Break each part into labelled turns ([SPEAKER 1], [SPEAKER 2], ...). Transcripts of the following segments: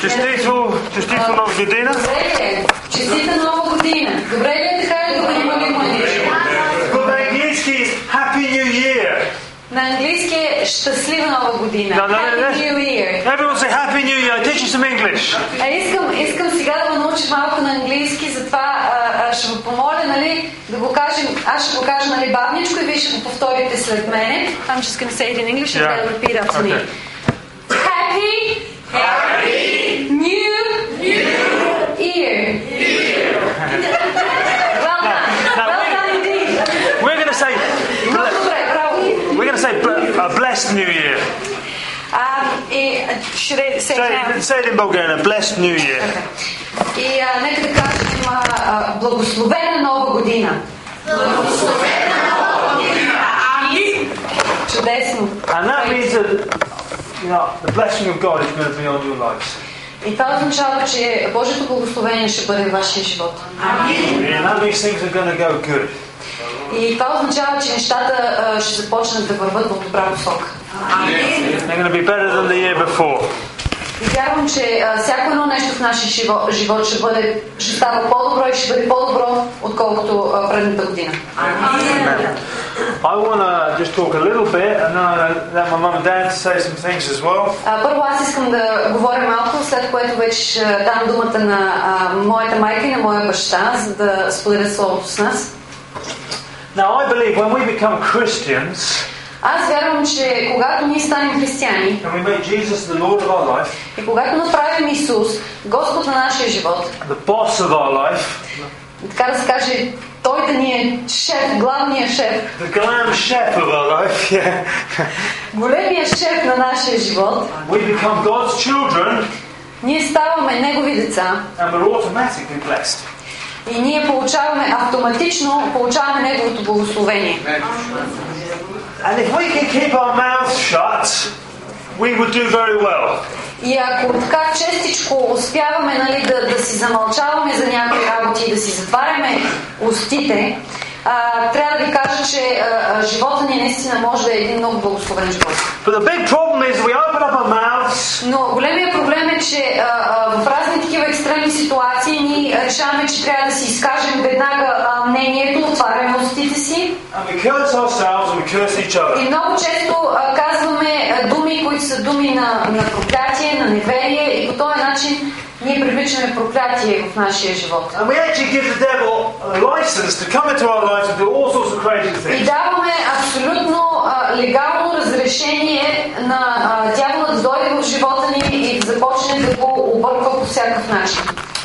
[SPEAKER 1] Честито, честито нова година.
[SPEAKER 2] Добре ли е? Честита нова година! Добре ли е така ли добре има ли
[SPEAKER 1] По на английски Happy New Year.
[SPEAKER 2] На английски е щастлива нова година.
[SPEAKER 1] Да, да, да, да.
[SPEAKER 2] Happy New Year.
[SPEAKER 1] Everyone say Happy New Year. I teach you some English.
[SPEAKER 2] А искам, искам сега да го науча малко на английски, затова а, а, ще ви помоля, нали, да го кажем, аз ще го кажа, нали, бавничко и вие ще го повторите след мене. I'm just going to say it in English and
[SPEAKER 1] Yeah.
[SPEAKER 2] then repeat after me.
[SPEAKER 1] Okay.
[SPEAKER 2] Happy, Happy New, New Year. Well done.
[SPEAKER 1] Now-
[SPEAKER 2] Well done indeed.
[SPEAKER 1] We're going to say
[SPEAKER 2] Много добре, браво.
[SPEAKER 1] we're going to say bl- a blessed New Year.
[SPEAKER 2] А, и, а, ще ре- се
[SPEAKER 1] Say, it- say it in Bulgarian. A blessed New Year.
[SPEAKER 2] И а, нека да кажем а, а, благословена нова година. Чудесно.
[SPEAKER 1] And that means that you know the blessing of God is going to be on your lives.
[SPEAKER 2] И това означава, че Божието благословение ще бъде във вашия живот.
[SPEAKER 1] And that means things are going to go good.
[SPEAKER 2] И това означава, че нещата а, ще започнат да върват в добра посока.
[SPEAKER 1] They're going to be better than the year before.
[SPEAKER 2] И вярвам, че а, всяко едно нещо в нашия живот, живот ще, бъде, ще става по-добро и ще бъде по-добро, отколкото а, предната година.
[SPEAKER 1] I want to just talk a little bit, and then I let my mum and dad say some things as well.
[SPEAKER 2] А, Първо аз искам да говоря малко, след което вече ще дам думата на а, моята майка и на моя баща, за да споделят словото с нас.
[SPEAKER 1] Now, I believe when we become Christians
[SPEAKER 2] Аз вярвам, че когато ние станем християни
[SPEAKER 1] and we make Jesus the Lord of our life,
[SPEAKER 2] и когато направим Исус Господ на нашия живот,
[SPEAKER 1] the boss of our life,
[SPEAKER 2] така да се каже, той да ни е шеф, главният шеф,
[SPEAKER 1] the glam chef of our life, yeah,
[SPEAKER 2] големия шеф на нашия живот,
[SPEAKER 1] we become God's children
[SPEAKER 2] ние ставаме Негови деца
[SPEAKER 1] and we're automatically blessed.
[SPEAKER 2] и ние получаваме автоматично, получаваме Неговото благословение.
[SPEAKER 1] And if we can keep our mouths shut, we would do very well.
[SPEAKER 2] И ако така честичко успяваме нали, да, да си замълчаваме за някои работи и да си затваряме устите, а, трябва да ви кажа, че а, а, живота ни наистина може да е един много благословен живот.
[SPEAKER 1] But the big problem is we open up our mouths
[SPEAKER 2] Но големия проблем е, че а, а, в разни такива екстремни ситуации ние решаваме, че трябва да си изкажем веднага а, мнението, отваряме устите си
[SPEAKER 1] and we curse ourselves and we curse each
[SPEAKER 2] и
[SPEAKER 1] other.
[SPEAKER 2] много често а, казваме а, думи, които са думи на, на проклятие, на неверие и по този начин ние привличаме проклятие в нашия живот.
[SPEAKER 1] And we actually give the devil a license to come into our lives and do all sorts of crazy
[SPEAKER 2] И
[SPEAKER 1] things.
[SPEAKER 2] даваме абсолютно а, легално разрешение на а, дявола да дойде в живота ни и да започне да го обърква по всякакъв начин.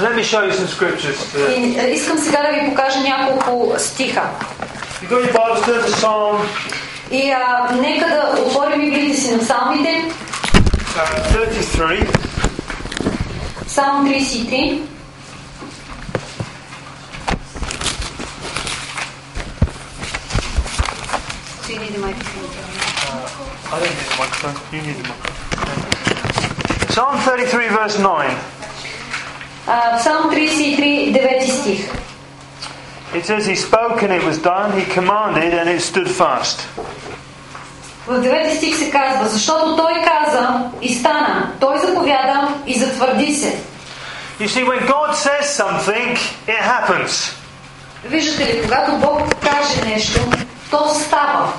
[SPEAKER 1] Let me show you some scriptures. Today.
[SPEAKER 2] И, а, искам сега да ви покажа няколко стиха.
[SPEAKER 1] You got your Bibles, turn to Psalm
[SPEAKER 2] И а, нека да отворим библиите си на псалмите.
[SPEAKER 1] uh, 33.
[SPEAKER 2] Псалм 33. Ти не димай
[SPEAKER 1] I don't need the microphone. You need the microphone. Psalm 33, verse 9.
[SPEAKER 2] А, Псалм 33, 9 стих.
[SPEAKER 1] It says, He spoke and it was done. He commanded and it stood fast.
[SPEAKER 2] В 9 стих се казва, защото той каза и стана, той заповяда и затвърди се.
[SPEAKER 1] You see, when God says something, it happens.
[SPEAKER 2] Виждате ли, когато Бог каже нещо, то става.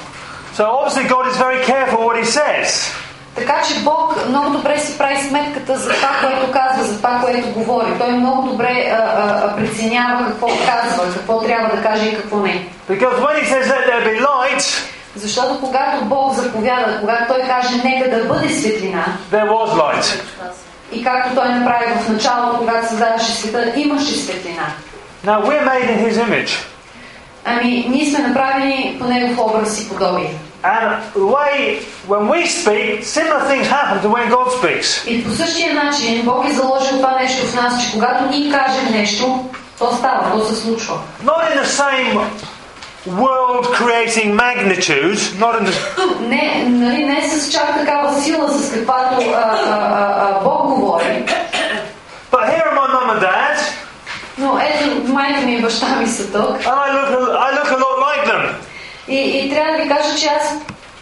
[SPEAKER 1] So obviously, God is very careful what He says.
[SPEAKER 2] Така че Бог много добре си прави сметката за това, което казва, за това, което говори. Той много добре а, а, а, преценява какво казва, какво трябва да каже и какво не.
[SPEAKER 1] Because when He says, Let there be light,
[SPEAKER 2] Защото когато Бог заповяда, когато Той каже нека да бъде светлина,
[SPEAKER 1] there was light.
[SPEAKER 2] и както Той направи в началото, когато създаваше света, имаше светлина.
[SPEAKER 1] Now, we're made in His image.
[SPEAKER 2] Ами, ние сме направени по Негов образ и подобие.
[SPEAKER 1] And the way, when we speak, similar things happen to when God speaks.
[SPEAKER 2] И по същия начин Бог е заложил това нещо в нас, че когато ние кажем нещо, то става, то се случва.
[SPEAKER 1] Not in the same world creating magnitude, not in the,
[SPEAKER 2] Не, нали, не с чак такава сила, с каквато а, а, а, а, Бог говори.
[SPEAKER 1] but here are my mum and dad,
[SPEAKER 2] Но ето, майка ми и баща ми са тук.
[SPEAKER 1] and I look, a- I look a lot like them.
[SPEAKER 2] И, и трябва да ви кажа, че аз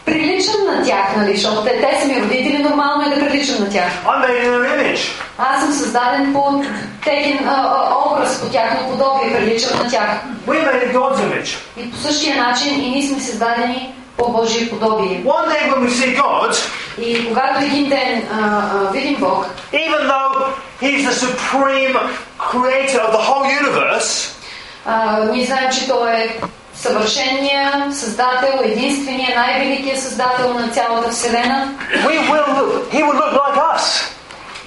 [SPEAKER 2] приличам на тях, нали, защото те, те са ми родители, нормално е да приличам на тях.
[SPEAKER 1] I'm made in their image.
[SPEAKER 2] Аз съм създаден по техен а, а, образ, по тяхно подобие, приличат на тях.
[SPEAKER 1] We're made in God's image.
[SPEAKER 2] И по същия начин и ние сме създадени по Божие подобие.
[SPEAKER 1] One day when we see God,
[SPEAKER 2] И когато един ден а, а, видим Бог,
[SPEAKER 1] even though He's the supreme creator of the whole universe,
[SPEAKER 2] а, ние знаем, че Той е съвършения създател, единствения, най-великия създател на цялата Вселена.
[SPEAKER 1] we will look, He will look like us.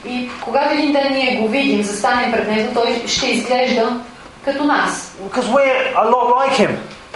[SPEAKER 2] И когато един ден ние го видим, застанем пред Него, Той ще изглежда като нас.
[SPEAKER 1] Because we're a lot like Him.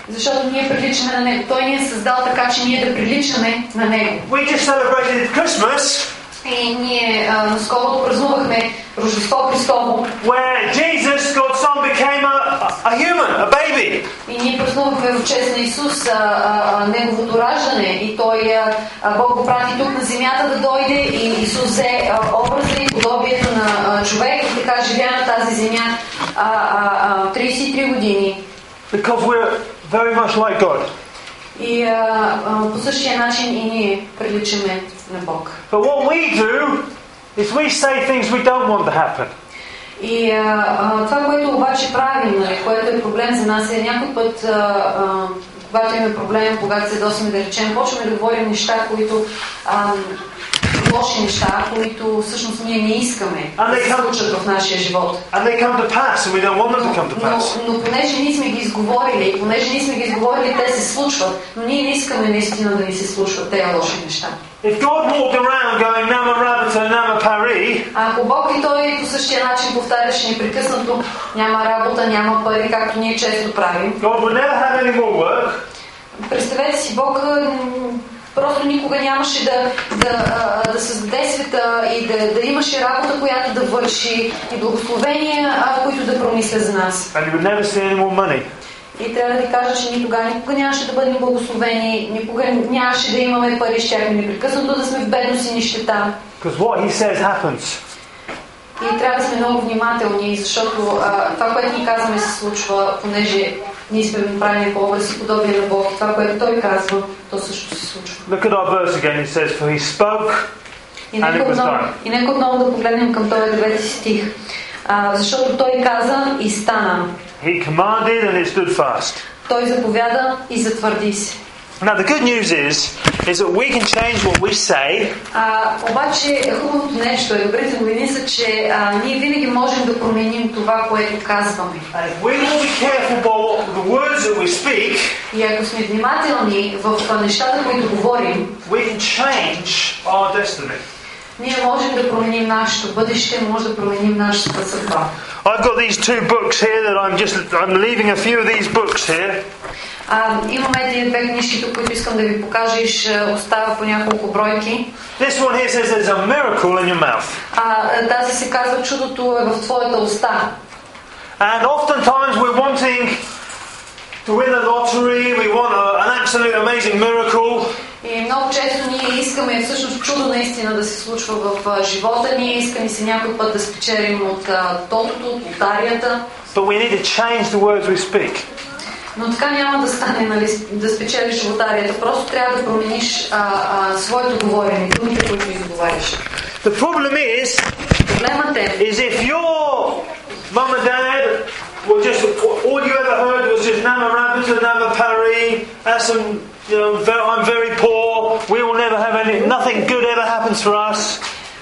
[SPEAKER 2] Защото ние приличаме на Него. Той ни е създал така, че ние да приличаме на Него.
[SPEAKER 1] We just celebrated Christmas
[SPEAKER 2] И ние а, наскоро празнувахме Рождество Христово
[SPEAKER 1] where Jesus, God's Son, became a, a human, a baby.
[SPEAKER 2] и ние празнувахме в чест на Исус а, а, а, Неговото раждане и Той, а, а, Бог го прати тук на земята да дойде и Исус взе а, образа и подобието на а, човек и така живя на тази земя а, а, а, 33 години.
[SPEAKER 1] Because we're very much like God.
[SPEAKER 2] И а, а, по същия начин и ние приличаме на Бог.
[SPEAKER 1] But what we do is we say things we don't want to happen.
[SPEAKER 2] И а, а, това, което обаче правим, нали, което е проблем за нас, е някой път, а, а, когато имаме проблем, когато се досиме да речем, почваме да говорим неща, които а, лоши неща, които всъщност ние не искаме
[SPEAKER 1] А,
[SPEAKER 2] да
[SPEAKER 1] не,
[SPEAKER 2] се
[SPEAKER 1] как-
[SPEAKER 2] случат в нашия живот.
[SPEAKER 1] And they come to pass, and we don't want them to come to
[SPEAKER 2] Но,
[SPEAKER 1] pass.
[SPEAKER 2] но понеже ние сме ги изговорили, и понеже ние сме ги изговорили, те се случват, но ние не искаме наистина да ни се случват тези лоши неща.
[SPEAKER 1] If God walked around going Nama Rabata, Nama Paris,
[SPEAKER 2] А Ако Бог и Той по същия начин повтаряше непрекъснато, няма работа, няма пари, както ние често правим,
[SPEAKER 1] God would never have any more work.
[SPEAKER 2] Представете си, Бог м, просто никога нямаше да, да, а, да създаде света и да, да имаше работа, която да върши и благословения, а, които да промисля за нас.
[SPEAKER 1] And you would never see any more money.
[SPEAKER 2] И трябва да ви кажа, че ние тогава никога нямаше да бъдем благословени, никога нямаше да имаме пари, щяхме непрекъснато да сме в бедност и нищета.
[SPEAKER 1] Because what he says happens.
[SPEAKER 2] И трябва да сме много внимателни, защото а, това, което ни казваме, се случва, понеже ние сме направени по образ и подобие на Бог. Това, което Той казва, то също се случва.
[SPEAKER 1] Look at our verse again. It says, For he spoke,
[SPEAKER 2] И нека,
[SPEAKER 1] Али
[SPEAKER 2] отново,
[SPEAKER 1] Бастан.
[SPEAKER 2] и нека отново да погледнем към този девети стих. А, защото той каза и стана.
[SPEAKER 1] he commanded, and it stood fast.
[SPEAKER 2] Той заповяда и затвърди се.
[SPEAKER 1] Now the good news is, is that we can change what we say
[SPEAKER 2] А, обаче хубавото нещо е, добрите новини са, че а, ние винаги можем да променим това, което казваме.
[SPEAKER 1] And if we will be careful by what, the words that we speak,
[SPEAKER 2] И ако сме внимателни в а, нещата, които говорим,
[SPEAKER 1] we can change our destiny.
[SPEAKER 2] ние можем да променим нашето бъдеще, може да променим нашата съдба.
[SPEAKER 1] I've got these two books here that I'm just I'm leaving a few of these books here.
[SPEAKER 2] А, имаме тези две книжки, тук, които искам да ви покажа и ще остава по няколко бройки.
[SPEAKER 1] This one here says there's a miracle in your mouth.
[SPEAKER 2] А, е, тази се казва чудото е в твоята уста.
[SPEAKER 1] And oftentimes we're wanting to win the lottery, we want a, an absolute amazing miracle,
[SPEAKER 2] И много често ние искаме всъщност чудо наистина да се случва в а, живота ни, искаме се някой път да спечелим от а, тотото, от лотарията,
[SPEAKER 1] but we need to change the words we speak.
[SPEAKER 2] но така няма да стане нали, с- да спечелиш лотарията. Просто трябва да промениш а, а, своето говорене, думите, които изговаряш.
[SPEAKER 1] The problem is,
[SPEAKER 2] Проблемът е,
[SPEAKER 1] is if your mum and dad were just all you ever heard was just Nama Rabbit, Nama Pari, that's some you know, ve- I'm very poor, we will never have any nothing good ever happens for us.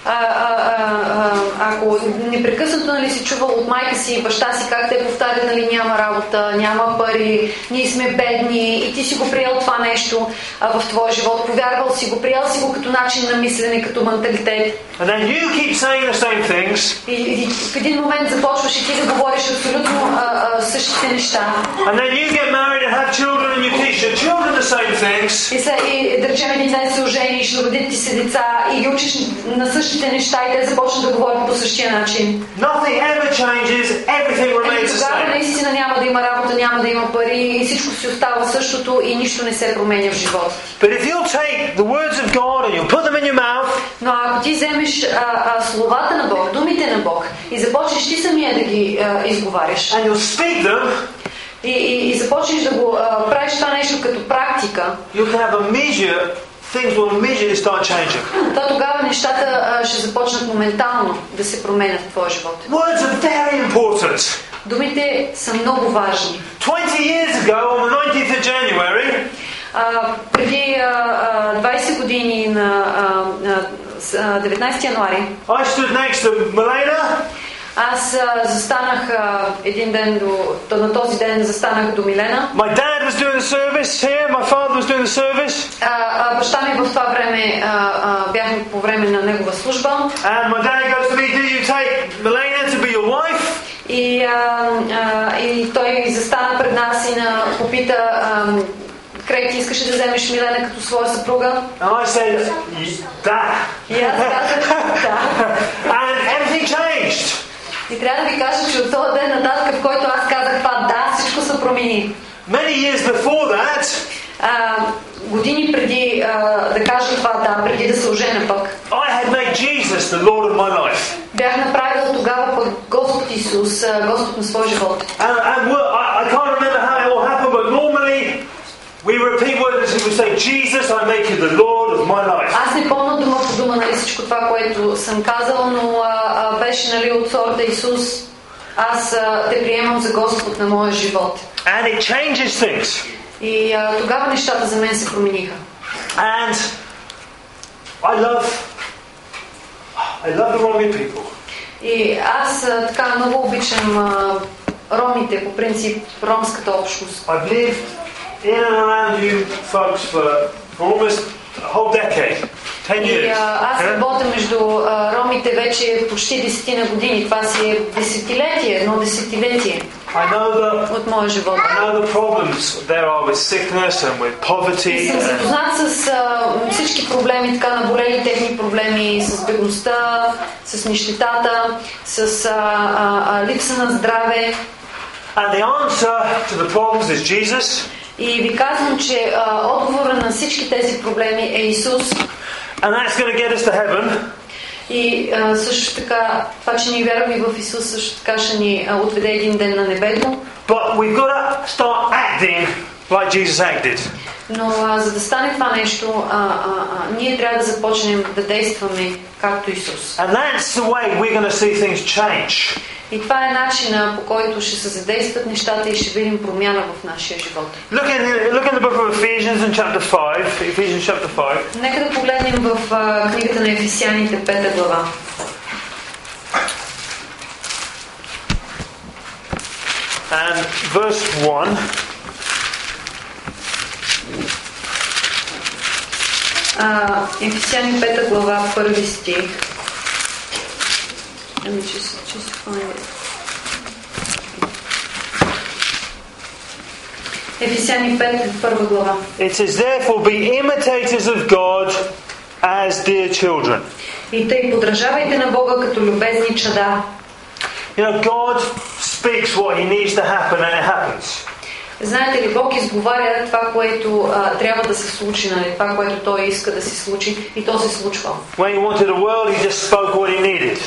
[SPEAKER 2] а, а, а, а, ако непрекъснато нали, си чувал от майка си и баща си как те повтарят, нали, няма работа, няма пари, ние сме бедни и ти си го приел това нещо а, в твоя живот, повярвал си го, приел си го като начин на мислене, като менталитет.
[SPEAKER 1] And then you keep saying the same things,
[SPEAKER 2] И, и в един момент започваш и ти да говориш абсолютно а, а, същите неща.
[SPEAKER 1] and then you get married and have children and you teach your children the same things,
[SPEAKER 2] И, са, и да речем един ден се ожениш, родят ти се деца и ги учиш на същите неща и те започнат да говорят по същия начин.
[SPEAKER 1] nothing ever changes, everything
[SPEAKER 2] Ами
[SPEAKER 1] remains the
[SPEAKER 2] тогава
[SPEAKER 1] same.
[SPEAKER 2] наистина няма да има работа, няма да има пари и всичко си остава същото и нищо не се променя в живота.
[SPEAKER 1] But if you'll take the words of God and you'll put them in your mouth,
[SPEAKER 2] Но ако ти вземеш а, а, словата на Бог, думите на Бог и започнеш ти самия да ги а, изговаряш
[SPEAKER 1] and you'll speak them,
[SPEAKER 2] и, и, и започнеш да го а, правиш това нещо като практика,
[SPEAKER 1] you can have immediate things will immediately start changing.
[SPEAKER 2] то тогава нещата а, ще започнат моментално да се променят в твоя живот.
[SPEAKER 1] Words are very important.
[SPEAKER 2] Думите са много важни.
[SPEAKER 1] 20 years ago, on the 19th of January,
[SPEAKER 2] А, преди а, а, 20 години на а, а, с- а, 19 януари
[SPEAKER 1] I stood next to Milena,
[SPEAKER 2] аз а, застанах а, един ден до, то на този ден застанах до Милена.
[SPEAKER 1] my dad was doing the service here, my father was doing the service,
[SPEAKER 2] А, а, баща ми в това време а, а, бяхме по време на негова служба
[SPEAKER 1] and my dad goes to me, Do you take Milena to be your wife?
[SPEAKER 2] и, а, а, и той застана пред нас и на, попита а, Крей, ти искаш ли да вземеш Милена като своя съпруга?
[SPEAKER 1] And I said, "Y- Dad.
[SPEAKER 2] И аз казах, да.
[SPEAKER 1] And everything changed.
[SPEAKER 2] И трябва да ви кажа, че от този ден нататък, в който аз казах това да, всичко се промени.
[SPEAKER 1] Many years before that,
[SPEAKER 2] А, години преди а, да кажа това да, преди да се ожена пък,
[SPEAKER 1] I had made Jesus the Lord of my life.
[SPEAKER 2] бях направила тогава пък Господ Исус, а, Господ на своя живот.
[SPEAKER 1] And, and wo- I, I can't remember how it all happened, but normally we repeat words and we say, Jesus, I make you the Lord of my life.
[SPEAKER 2] Аз не помня дума по дума нали, всичко това, което съм казала, но а, а, беше нали, от сорта Исус. Аз а, те приемам за Господ на моя живот.
[SPEAKER 1] And it changes things.
[SPEAKER 2] И а, тогава нещата за мен се промениха.
[SPEAKER 1] And I love, I love the Romy people.
[SPEAKER 2] И аз а, така много обичам а, ромите, по принцип ромската общност.
[SPEAKER 1] I've lived in and around you folks for, for almost a whole decade, 10
[SPEAKER 2] И
[SPEAKER 1] years.
[SPEAKER 2] а, аз
[SPEAKER 1] Yeah?
[SPEAKER 2] работя между а, ромите вече почти десетина години. Това си е десетилетие, едно десетилетие
[SPEAKER 1] I know the
[SPEAKER 2] от моя живот.
[SPEAKER 1] I know the problems there are with sickness and with
[SPEAKER 2] И
[SPEAKER 1] poverty and,
[SPEAKER 2] съм запознат с а, всички проблеми, така наболели техни проблеми с бедността, с нищетата, с а, а, а, липса на здраве.
[SPEAKER 1] and the answer to the problems is Jesus.
[SPEAKER 2] И ви казвам, че а, отговора на всички тези проблеми е Исус.
[SPEAKER 1] And that's going to get us to heaven.
[SPEAKER 2] И а, също така, това, че ни вярваме в Исус, също така ще ни а, отведе един ден на небето.
[SPEAKER 1] But we've got to start acting like Jesus acted.
[SPEAKER 2] Но а, за да стане това нещо, а, а, а, ние трябва да започнем да действаме както Исус.
[SPEAKER 1] And that's the way we're going to see things change.
[SPEAKER 2] И това е начина по който ще се задействат нещата и ще видим промяна в нашия живот.
[SPEAKER 1] Look in the, look in the book of Ephesians in chapter 5. Ephesians chapter 5.
[SPEAKER 2] Нека да погледнем в а, книгата на Ефесяните, пета глава.
[SPEAKER 1] And verse 1.
[SPEAKER 2] А, Ефесяни 5 глава, първи стих. Ами, че се че се хване. Ефесяни 5, първа глава.
[SPEAKER 1] It says, Therefore be imitators of God as dear children.
[SPEAKER 2] И тъй подражавайте на Бога като любезни чада.
[SPEAKER 1] You know, God speaks what He needs to happen and it happens.
[SPEAKER 2] Знаете ли, Бог изговаря това, което а, трябва да се случи, нали? това, което Той иска да се случи и то се случва.
[SPEAKER 1] When he wanted a world, he just spoke what he needed.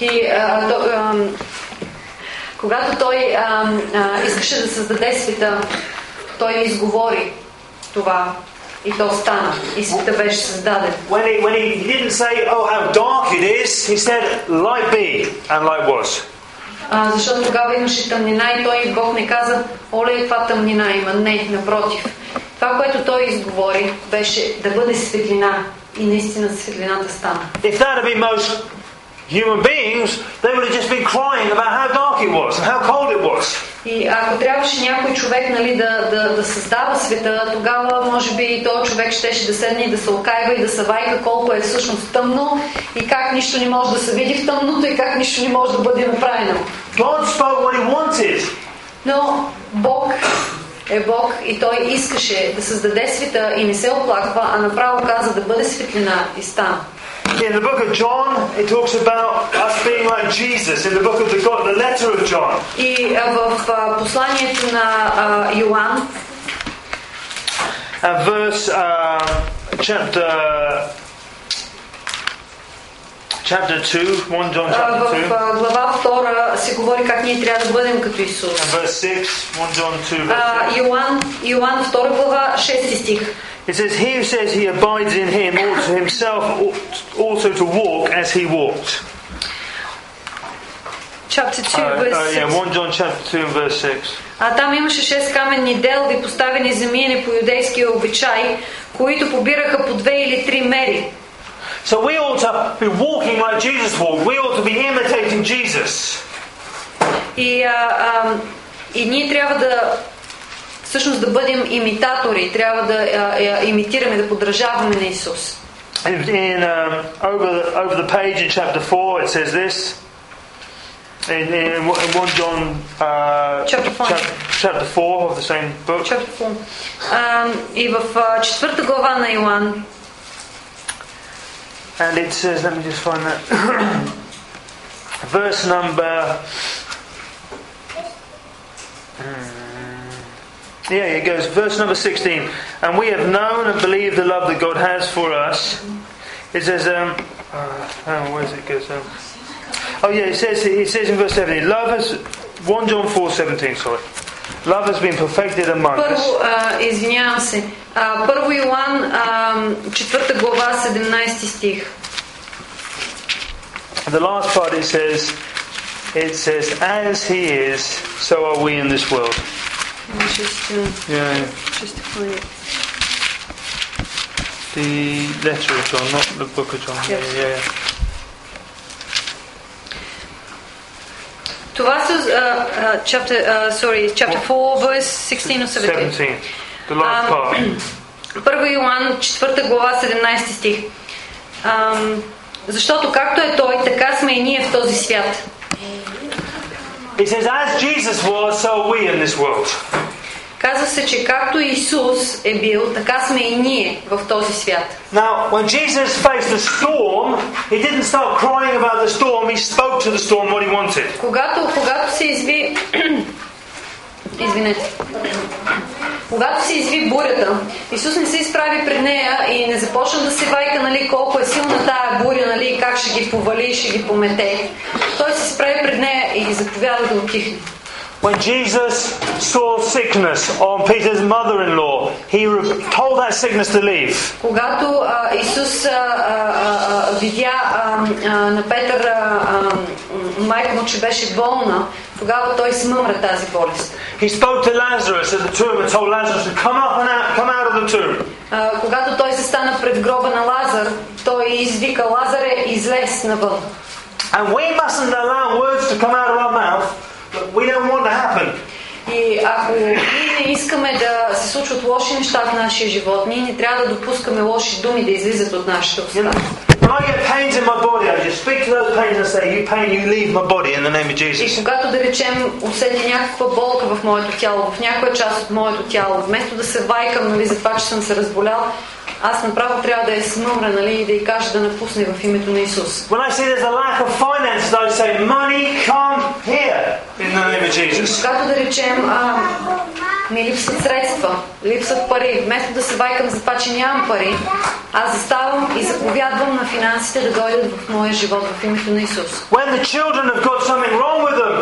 [SPEAKER 2] И, а, то, ам, когато Той ам, а, искаше да създаде света, Той изговори това и то стана. И света беше създаден.
[SPEAKER 1] When he, when he, he didn't say, oh, how dark it is, he said, light be, and light was.
[SPEAKER 2] А, защото тогава имаше тъмнина и той Бог не каза, оле, каква тъмнина има. Не, напротив. Това, което той изговори, беше да бъде светлина. И наистина светлината стана.
[SPEAKER 1] If that had been most human beings, they would have just been crying about how dark it was and how cold it was.
[SPEAKER 2] И ако трябваше някой човек нали, да, да, да създава света, тогава може би и този човек щеше да седне и да се окайва и да се вайка колко е всъщност тъмно и как нищо не може да се види в тъмното и как нищо не може да бъде направено.
[SPEAKER 1] God spoke what he wanted.
[SPEAKER 2] Но Бог е Бог и Той искаше да създаде света и не се оплаква, а направо каза да бъде светлина и стана.
[SPEAKER 1] In the book of John, it talks about us being like Jesus. In the book of the, God, the letter of John,
[SPEAKER 2] И а, в а, посланието на а, Йоанн,
[SPEAKER 1] And verse uh, chapter chapter two, one John
[SPEAKER 2] а,
[SPEAKER 1] chapter
[SPEAKER 2] в
[SPEAKER 1] two,
[SPEAKER 2] а, глава 2 се говори как ние трябва да бъдем като Исус. Uh,
[SPEAKER 1] verse six, one John two. Verse
[SPEAKER 2] А,
[SPEAKER 1] six.
[SPEAKER 2] Йоан, Йоан 2 глава 6 стих.
[SPEAKER 1] It says, He who says he abides in him ought to himself ought also to walk as he walked.
[SPEAKER 2] Chapter 2,
[SPEAKER 1] Uh,
[SPEAKER 2] verse
[SPEAKER 1] uh,
[SPEAKER 2] 6.
[SPEAKER 1] yeah, 1 John chapter 2 and verse 6.
[SPEAKER 2] А там имаше 6 каменни делби, поставени замиени по юдейския обичай, които побираха по две или три мери.
[SPEAKER 1] So we ought to be walking like Jesus walked. We ought to be imitating Jesus.
[SPEAKER 2] И, а, а, и ние трябва да всъщност да бъдем имитатори, трябва да а, а, имитираме, да подражаваме на Исус.
[SPEAKER 1] In, in, um, over, the, over the page in chapter 4, it says this. In, in, in 1 John uh,
[SPEAKER 2] Chapter four.
[SPEAKER 1] chap- chapter 4 of the same book.
[SPEAKER 2] Чакай какво. А, и в а, четвърта глава на Йоан,
[SPEAKER 1] And it says, let me just find that. Verse number. Hmm. Yeah, it goes, verse number 16. And we have known and believed the love that God has for us. It says, um, uh, oh, where's it goes? Um, oh, yeah, it says, it says in verse 17, love has. 1 John four seventeen. sorry. Love has been perfected among us.
[SPEAKER 2] Първо, а, извинявам се. А, първо Йоан, а, четвърта глава, 17 стих.
[SPEAKER 1] And the last part it says, it says, as he is, so are we in this world.
[SPEAKER 2] Ще ще-
[SPEAKER 1] Yeah,
[SPEAKER 2] ще сте хвали.
[SPEAKER 1] the letter of John, not the book of John.
[SPEAKER 2] Yes.
[SPEAKER 1] Yeah, yeah.
[SPEAKER 2] Това са... а, а, Chapter, а, sorry, chapter 4, verse 16 or 17.
[SPEAKER 1] 17. The last
[SPEAKER 2] Um,
[SPEAKER 1] part.
[SPEAKER 2] Първо Йоан, 4 глава, 17 стих. Ам, защото както е Той, така сме и ние в този свят.
[SPEAKER 1] It says, as Jesus was, so are we in this world.
[SPEAKER 2] Казва се, че както Исус е бил, така сме и ние в този свят.
[SPEAKER 1] Now, when Jesus faced the storm, he didn't start crying about the storm, he spoke to the storm what he wanted.
[SPEAKER 2] Когато, когато се изви... Извинете. Когато се изви бурята, Исус не се изправи пред нея и не започна да се вайка, нали, колко е силна тая буря, нали, как ще ги повали, ще ги помете. Той се изправи пред нея и ги заповяда да отихне.
[SPEAKER 1] When Jesus saw sickness on Peter's mother in law, he re- told that sickness to leave.
[SPEAKER 2] Когато а, Исус а, а, а, а, видя а, а, на Петър, а, а, м, майка му, че беше болна, тогава той смъмра тази болест.
[SPEAKER 1] He spoke to Lazarus at the tomb and told Lazarus to come up and out, come out of the tomb.
[SPEAKER 2] А, когато той се стана пред гроба на Лазар, той извика Лазаре излез навън.
[SPEAKER 1] And we mustn't allow words to come out of our mouth that we don't want to happen.
[SPEAKER 2] И ако ние не искаме да се случват лоши неща в нашия живот, ние не трябва да допускаме лоши думи да излизат от нашите
[SPEAKER 1] You know,
[SPEAKER 2] уста.
[SPEAKER 1] when I get pains in my body, I just speak to those pains and say, You pain, you leave my body in the name of
[SPEAKER 2] И
[SPEAKER 1] Jesus.
[SPEAKER 2] когато, да речем, усетя някаква болка в моето тяло, в някоя част от моето тяло, вместо да се вайкам, нали, за това, че съм се разболял, аз направо трябва да я смъмра, нали, и да й кажа да напусне в името на Исус.
[SPEAKER 1] When I see there's a lack of finances, I say, Money, come here in the name of Jesus.
[SPEAKER 2] Когато, да речем, а, ми липсват средства, липсват пари, вместо да се вайкам за това, че нямам пари, аз заставам и заповядвам на финансите да дойдат в моя живот в името на Исус.
[SPEAKER 1] When the children have got something wrong with them,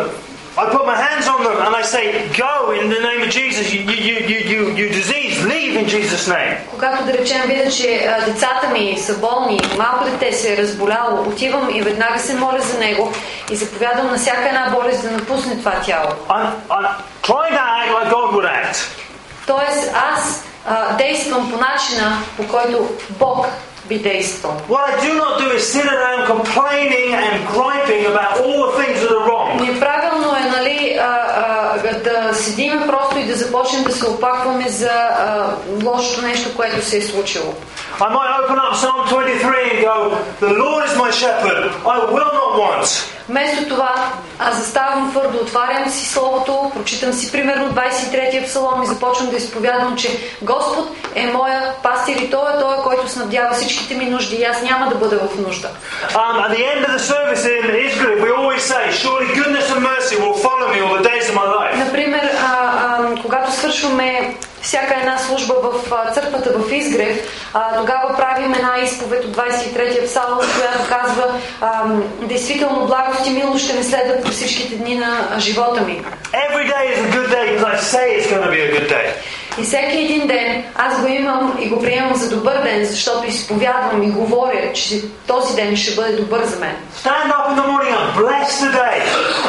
[SPEAKER 1] I put my hands on them and I say, Go in the name of Jesus. You, you, you, you, you, you disease, leave in Jesus' name.
[SPEAKER 2] Когато да речем видя, че а, децата ми са болни, малко дете се е разболяло, отивам и веднага се моля за него и заповядам на всяка една болест да напусне това тяло.
[SPEAKER 1] I'm, I'm trying to act like God would act.
[SPEAKER 2] Тоест аз а, действам по начина, по който Бог би действал.
[SPEAKER 1] What I do not do is sit around complaining and griping about all the things that are wrong.
[SPEAKER 2] Неправилно е, нали, а, а, да седиме просто и да започнем да се опакваме за а, лошото нещо, което се е случило.
[SPEAKER 1] I might open up Psalm 23 and go, The Lord is my shepherd, I will not want.
[SPEAKER 2] Вместо това, аз заставам твърдо, отварям си Словото, прочитам си примерно 23-я псалом и започвам да изповядвам, че Господ е моя пастир и Той е Той, който снабдява всичките ми нужди и аз няма да бъда в нужда.
[SPEAKER 1] Um, at the end of the service in Israel, we always say, Surely goodness and mercy will follow me all the days of my life.
[SPEAKER 2] Например, а, а, когато свършваме всяка една служба в а, църквата в Изгрев, а, тогава правим една изповед от 23-я псалм, която казва ам, действително благост и милост ще ме следват по всичките дни на живота ми.
[SPEAKER 1] Every day is a good day because I say it's going to be a good day.
[SPEAKER 2] И всеки един ден аз го имам и го приемам за добър ден, защото изповядвам и говоря, че този ден ще бъде добъr за мен.
[SPEAKER 1] Stand up in the morning and bless the day.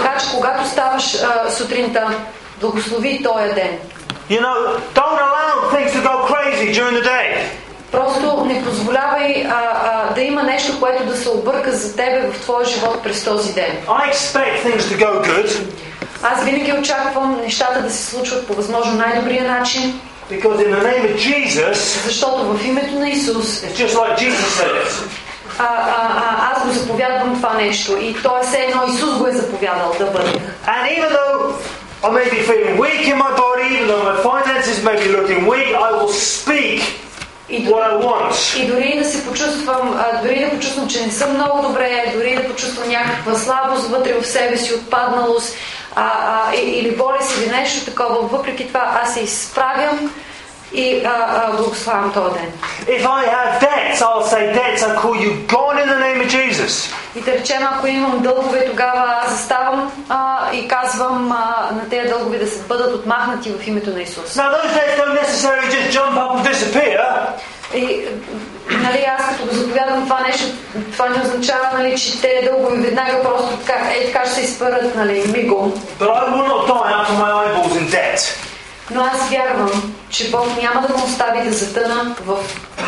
[SPEAKER 2] Така че когато ставаш а, сутринта, благослови този ден.
[SPEAKER 1] You know, don't allow things to go crazy during the day.
[SPEAKER 2] Просто не позволявай а, а, да има нещо, което да се обърка за тебе в твоя живот през този ден.
[SPEAKER 1] I expect things to go good
[SPEAKER 2] Аз винаги очаквам нещата да се случват по възможно най-добрия начин,
[SPEAKER 1] because in the name of Jesus,
[SPEAKER 2] защото в името на Исус
[SPEAKER 1] it's just like Jesus said it.
[SPEAKER 2] а, а, а, аз го заповядвам това нещо и то е все едно Исус го е заповядал да бъде.
[SPEAKER 1] And even though I may be feeling weak in my body, even though my finances may be looking weak, I will speak
[SPEAKER 2] И
[SPEAKER 1] what I
[SPEAKER 2] дори,
[SPEAKER 1] want.
[SPEAKER 2] и дори да се почувствам, а, дори да почувствам, че не съм много добре, дори да почувствам някаква слабост вътре в себе си, отпадналост а, а, и- или болест или нещо такова, въпреки това аз се изправям и а, а, благославям този ден.
[SPEAKER 1] If I have debts, I'll say debts. I call you gone in the name of Jesus.
[SPEAKER 2] И да речем, ако имам дългове, тогава аз заставам а, и казвам а, на тези дългове да се бъдат отмахнати в името на Исус.
[SPEAKER 1] Now those debts don't necessarily just jump up and disappear.
[SPEAKER 2] И, нали, аз като го заповядам това нещо, това не означава, нали, че те дългове веднага просто така, е така ще се изпърят, нали, мигом.
[SPEAKER 1] But I will not die out of my eyeballs in debt.
[SPEAKER 2] Но аз вярвам, че Бог няма да ме остави да затъна в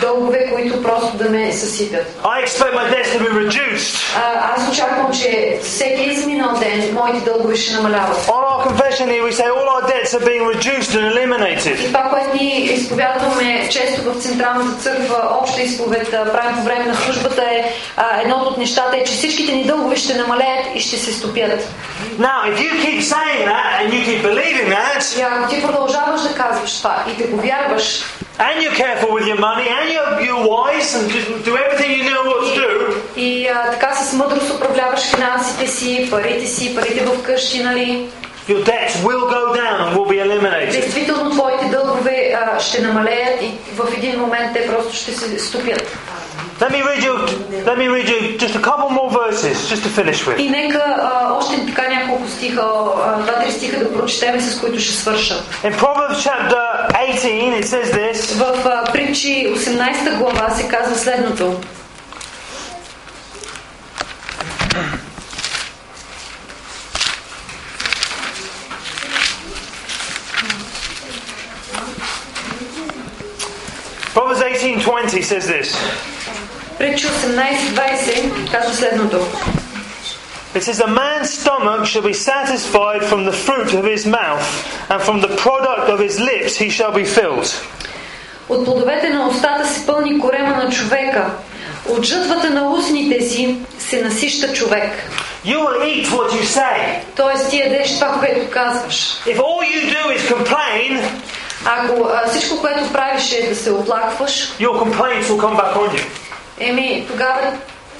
[SPEAKER 2] дългове, които просто да ме съсипят.
[SPEAKER 1] I expect my debts to be reduced.
[SPEAKER 2] А, аз очаквам, че всеки изминал ден моите дългове ще намаляват.
[SPEAKER 1] On our confession here, we say all our debts are being reduced and eliminated.
[SPEAKER 2] И това, което ние изповядваме често в Централната църква, обща изповед, а, правим по време на службата е, а, едното от нещата е, че всичките ни дългове ще намалеят и ще се стопят.
[SPEAKER 1] Now, if you keep saying that and you keep believing that,
[SPEAKER 2] И ако ти продължаваш да казваш това и да го вярваш,
[SPEAKER 1] and you're careful with your money, and you're, you're wise and just do everything you know what to do,
[SPEAKER 2] и а, така с мъдрост управляваш финансите си, парите си, парите в къщи, нали,
[SPEAKER 1] your debts will go down and will be eliminated.
[SPEAKER 2] действително твоите дългове а, ще намалеят и в един момент те просто ще се стопят.
[SPEAKER 1] Let me read you. Let me read you just a couple more verses, just to finish with.
[SPEAKER 2] И нека а, още така няколко стиха, а, два-три стиха да прочетем, с които ще свърша.
[SPEAKER 1] In Proverbs chapter 18, it says this:
[SPEAKER 2] В а, притчи 18 глава се казва следното.
[SPEAKER 1] Proverbs 18:20 says this.
[SPEAKER 2] Притчи 18.20 казва следното.
[SPEAKER 1] It says, "A man's stomach shall be satisfied from the fruit of his mouth, and from the product of his lips he shall be filled."
[SPEAKER 2] От плодовете на устата се пълни корема на човека. От жътвата на устните си се насища човек.
[SPEAKER 1] You will eat what you say.
[SPEAKER 2] Тоест ти ядеш това, което казваш.
[SPEAKER 1] If all you do is complain,
[SPEAKER 2] Ако а, всичко, което правиш е да се оплакваш,
[SPEAKER 1] your complaints will come back on you.
[SPEAKER 2] еми тогава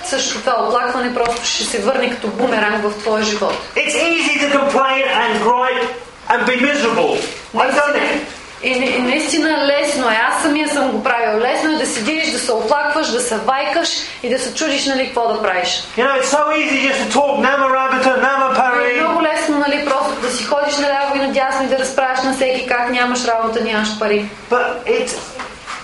[SPEAKER 2] също това оплакване просто ще се върне като бумеранг в твоя живот.
[SPEAKER 1] It's easy to complain and gripe and be miserable. I've done it.
[SPEAKER 2] И, е, не- и наистина лесно е. Аз самия съм го правил. Лесно е да седиш, да се оплакваш, да се вайкаш и да се чудиш, нали, какво да правиш.
[SPEAKER 1] You know, it's so easy just to talk Nama Rabita, Nama
[SPEAKER 2] Но е
[SPEAKER 1] Pari.
[SPEAKER 2] много лесно, нали, просто да си ходиш наляво и надясно и да разправяш на всеки как нямаш работа, нямаш пари.
[SPEAKER 1] But it,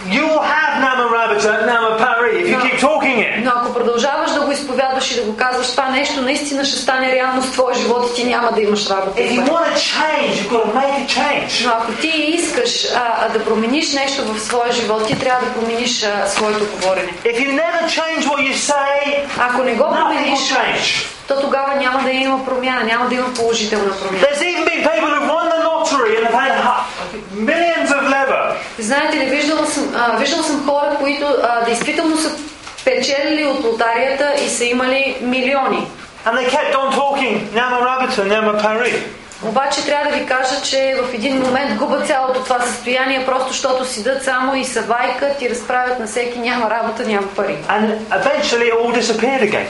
[SPEAKER 1] you will have Nama Rabita, Nama Pari if you
[SPEAKER 2] No.
[SPEAKER 1] keep talking it.
[SPEAKER 2] Но ако продължаваш да го изповядваш и да го казваш, това нещо наистина ще стане реалност в твоя живот и ти няма да имаш работа.
[SPEAKER 1] If
[SPEAKER 2] и
[SPEAKER 1] you
[SPEAKER 2] пари.
[SPEAKER 1] want to change, you've got to make a change.
[SPEAKER 2] Но ако ти искаш а, а, да промениш нещо в своя живот, ти трябва да промениш а, своето говорене.
[SPEAKER 1] If you never change what you say,
[SPEAKER 2] Ако не го
[SPEAKER 1] nothing will
[SPEAKER 2] промениш,
[SPEAKER 1] change.
[SPEAKER 2] то тогава няма да има промяна, няма да има положителна промяна.
[SPEAKER 1] There's even been people who've won the lottery and have had hu- millions of lever.
[SPEAKER 2] Знаете ли, виждала съм, а, виждала съм хора, които а, действително са печелили от лотарията и са имали милиони.
[SPEAKER 1] And they kept on talking, Nama Rabita, Nama Pari.
[SPEAKER 2] Обаче трябва да ви кажа, че в един момент губят цялото това състояние, просто защото сидат само и са вайкат и разправят на всеки няма работа, няма пари.
[SPEAKER 1] And eventually it all disappeared again.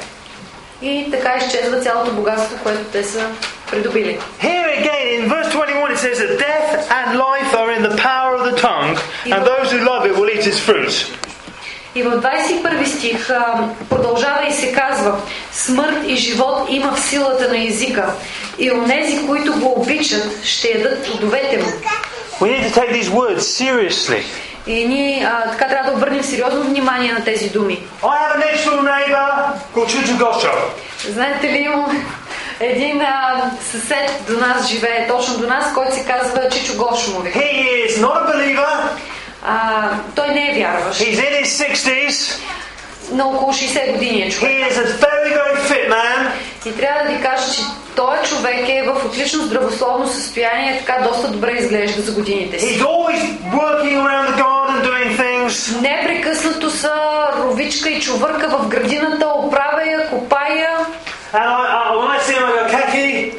[SPEAKER 2] И така изчезва цялото богатство, което те са придобили.
[SPEAKER 1] Here again, in verse 21, it says that death and life are in the power of the tongue, and those who love it will eat its fruit.
[SPEAKER 2] И в 21 стих а, продължава и се казва Смърт и живот има в силата на езика и онези, които го обичат, ще ядат плодовете му.
[SPEAKER 1] We need to take these words seriously.
[SPEAKER 2] И ние а, така трябва да обърнем сериозно внимание на тези думи.
[SPEAKER 1] I have a next door neighbour called Chuchu Gosho.
[SPEAKER 2] Знаете ли, имам един а, съсед до нас живее, точно до нас, който се казва Чичо Гошумови.
[SPEAKER 1] He is not a believer,
[SPEAKER 2] А, той не е вярващ.
[SPEAKER 1] he's in his 60s,
[SPEAKER 2] На около 60 години е човек.
[SPEAKER 1] he is a very, very fit man.
[SPEAKER 2] И трябва да ви кажа, че той човек е в отлично здравословно състояние, така доста добре изглежда за годините си.
[SPEAKER 1] He's always working around the garden doing things.
[SPEAKER 2] Непрекъснато са ровичка и човърка в градината, оправя я, копая.
[SPEAKER 1] And I, I, when I see him, I go, Kaki,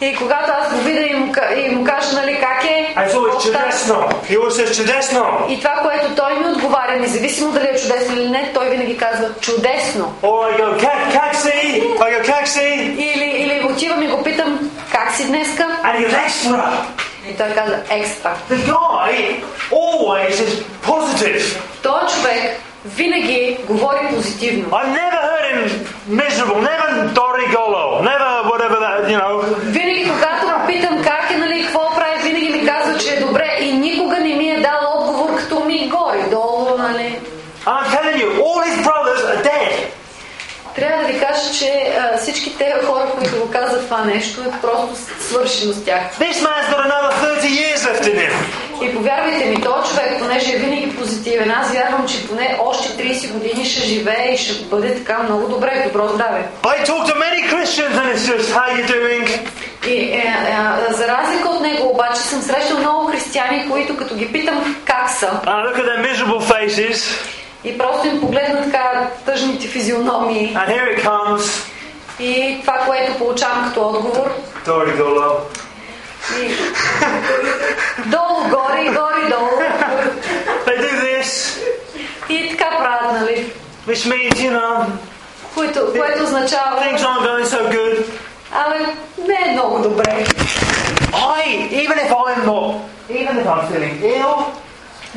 [SPEAKER 2] И когато аз го видя и му, ка- и му кажа, нали, как е,
[SPEAKER 1] and it's always
[SPEAKER 2] оставя.
[SPEAKER 1] Chudesno. He always says Chudesno.
[SPEAKER 2] и това, което той ми отговаря, независимо дали е чудесно или не, той винаги казва чудесно.
[SPEAKER 1] Or I go, "Ka- Kaxi, I go, Kaxi,
[SPEAKER 2] Или, или отивам и го питам, как си днеска?
[SPEAKER 1] and he goes, Extra.
[SPEAKER 2] И той каза, експа.
[SPEAKER 1] The guy always is positive.
[SPEAKER 2] Той човек винаги говори позитивно.
[SPEAKER 1] I've never heard him miserable, never Dorigolo, never whatever that, you know.
[SPEAKER 2] Винаги, когато го питам как е, нали, какво прави, винаги ми казва, че е добре и никога не ми е дал отговор, като ми горе, долу, нали.
[SPEAKER 1] I'm telling you, all his brothers are dead.
[SPEAKER 2] Трябва да ви кажа, че а, всички те хора, които го казват това нещо, е просто свършено с тях.
[SPEAKER 1] This man's got another 30 years left in him.
[SPEAKER 2] И повярвайте ми, този човек, понеже е винаги позитивен, аз вярвам, че поне още 30 години ще живее и ще бъде така много добре, добро здраве.
[SPEAKER 1] I talk to many Christians and it's just, how you doing?
[SPEAKER 2] И е, е, за разлика от него обаче съм срещал много християни, които като ги питам как са
[SPEAKER 1] And I look at their miserable faces,
[SPEAKER 2] и просто им погледна така тъжните физиономии
[SPEAKER 1] and here it comes.
[SPEAKER 2] и това, което получавам като отговор
[SPEAKER 1] Dorigolo.
[SPEAKER 2] и долу, горе, горе, долу
[SPEAKER 1] They do this,
[SPEAKER 2] и така правят, нали?
[SPEAKER 1] which means, you know,
[SPEAKER 2] Което, което означава,
[SPEAKER 1] things aren't going so good.
[SPEAKER 2] абе, не е много добре.
[SPEAKER 1] I, even if I'm not, even if I'm feeling ill,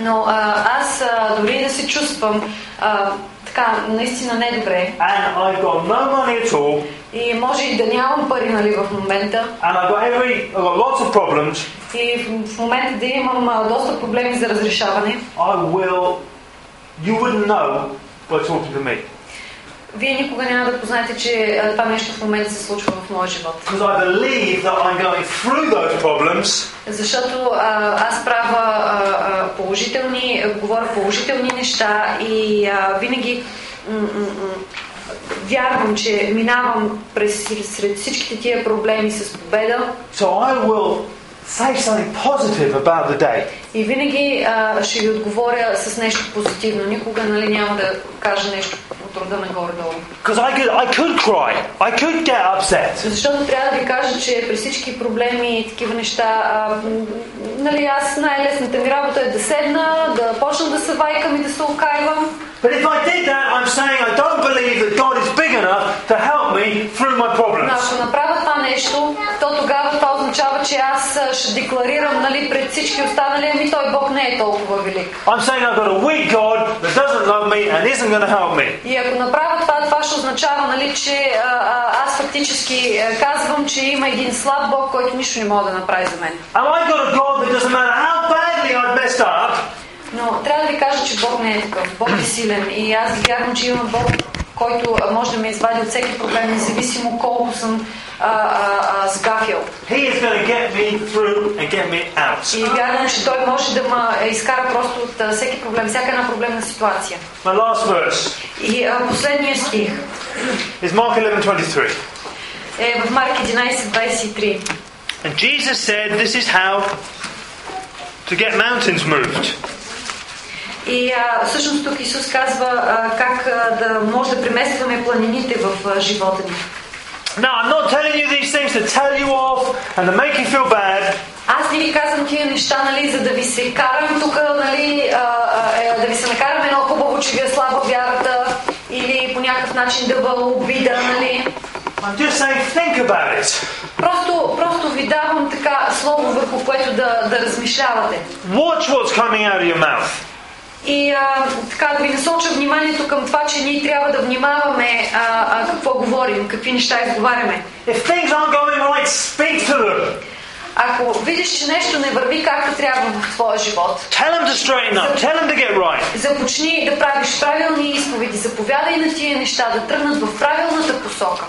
[SPEAKER 2] Но а, аз а, дори да се чувствам а, така наистина недобре
[SPEAKER 1] and I've got no money at all, and
[SPEAKER 2] и може и да нямам пари нали, в момента
[SPEAKER 1] I've got every, I've got lots of problems,
[SPEAKER 2] и в, в момента да имам а, доста проблеми за разрешаване,
[SPEAKER 1] I will, you wouldn't know by talking to me.
[SPEAKER 2] вие никога няма да познаете, че а, това нещо в момента се случва в моя живот.
[SPEAKER 1] Because I believe that I'm going through those problems
[SPEAKER 2] Защото а, аз правя а, а, положителни, а, говоря положителни неща и а, винаги м- м- м, вярвам, че минавам през сред всичките тия проблеми с победа.
[SPEAKER 1] So I will say something positive about the day.
[SPEAKER 2] И винаги а, ще ви отговоря с нещо позитивно. Никога нали, няма да кажа нещо от рода на горе-долу.
[SPEAKER 1] Because I could, I could cry. I could get upset.
[SPEAKER 2] Защото трябва да ви кажа, че при всички проблеми и такива неща, а, м, нали, аз най-лесната ми работа е да седна, да почна да се вайкам и да се окайвам.
[SPEAKER 1] But if I did that, I'm saying I don't believe that God is big enough to help me through my
[SPEAKER 2] Но
[SPEAKER 1] problems.
[SPEAKER 2] ако направя това нещо, то тогава това означава, че аз а, ще декларирам нали, пред всички останали, ами той Бог не е толкова велик.
[SPEAKER 1] I'm saying I've got a weak God that doesn't love me and isn't going to help me.
[SPEAKER 2] И ако направя това, това ще означава, нали, че а, а, аз фактически а, казвам, че има един слаб Бог, който нищо не може да направи за мен.
[SPEAKER 1] And I've got a God that doesn't matter how badly I've messed up,
[SPEAKER 2] Но трябва да ви кажа, че Бог не е такъв. Бог е силен. И аз вярвам, че има Бог, който а, може да ме извади от всеки проблем, независимо колко съм а, а, а, сгафил.
[SPEAKER 1] He is going to get me through and get me out.
[SPEAKER 2] И вярвам, че Той може да ме изкара просто от а, всеки проблем, всяка една проблемна ситуация.
[SPEAKER 1] My last verse
[SPEAKER 2] И а, последният стих
[SPEAKER 1] is Mark 11:23.
[SPEAKER 2] е в Марк 11.23.
[SPEAKER 1] And Jesus said, This is how to get mountains moved.
[SPEAKER 2] И а, всъщност тук Исус казва а, как а, да може да преместваме планините в а, живота ни.
[SPEAKER 1] Now, I'm not telling you these things to tell you off and to make you feel bad.
[SPEAKER 2] Аз не ви казвам тия неща, нали, за да ви се карам тук, нали, а, а, е, да ви се накарам едно хубаво, че ви е слаба вярата или по някакъв начин да ви обида, нали.
[SPEAKER 1] I'm just saying, think about it.
[SPEAKER 2] Просто, просто ви давам така слово, върху което да, да размишлявате.
[SPEAKER 1] Watch what's coming out of your mouth.
[SPEAKER 2] И а, така да ви насоча вниманието към това, че ние трябва да внимаваме а, а, какво говорим, какви неща изговаряме.
[SPEAKER 1] If things aren't going right, speak to them.
[SPEAKER 2] Ако видиш, че нещо не върви както трябва в твоя живот,
[SPEAKER 1] Tell them to straighten up. Tell them to get right.
[SPEAKER 2] започни да правиш правилни изповеди, заповядай на тия неща да тръгнат в правилната посока.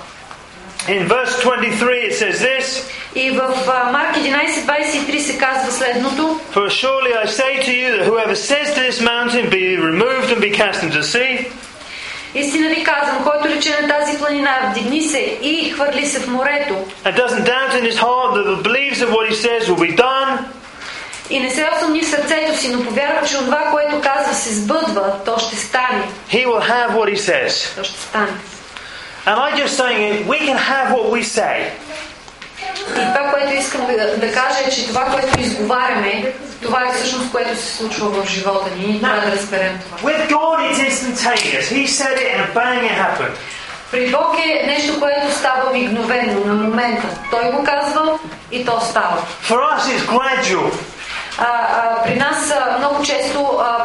[SPEAKER 1] In verse 23 it says this,
[SPEAKER 2] И в а, Марк 11.23 се казва следното.
[SPEAKER 1] For surely I say to you that whoever says to this mountain, Be removed and be cast into the sea,
[SPEAKER 2] Истина ви казвам, който рече на тази планина, вдигни се и хвърли се в морето.
[SPEAKER 1] and doesn't doubt in his heart that believes that what he says will be done,
[SPEAKER 2] И не се осъмни в сърцето си, но повярва, че това, което казва, се сбъдва, то ще стане.
[SPEAKER 1] he will have what he says.
[SPEAKER 2] То ще стане.
[SPEAKER 1] And I'm just saying it, we can have what we say.
[SPEAKER 2] И това, което искам да, да кажа е, че това, което изговаряме, това е всъщност, което се случва в живота ни. Ние трябва да разберем това.
[SPEAKER 1] With God, it's instantaneous. He said it and bang, it happened.
[SPEAKER 2] При Бог е нещо, което става мигновено, на момента. Той го казва и то става.
[SPEAKER 1] For us, it's gradual.
[SPEAKER 2] А, а, при нас а, много често а,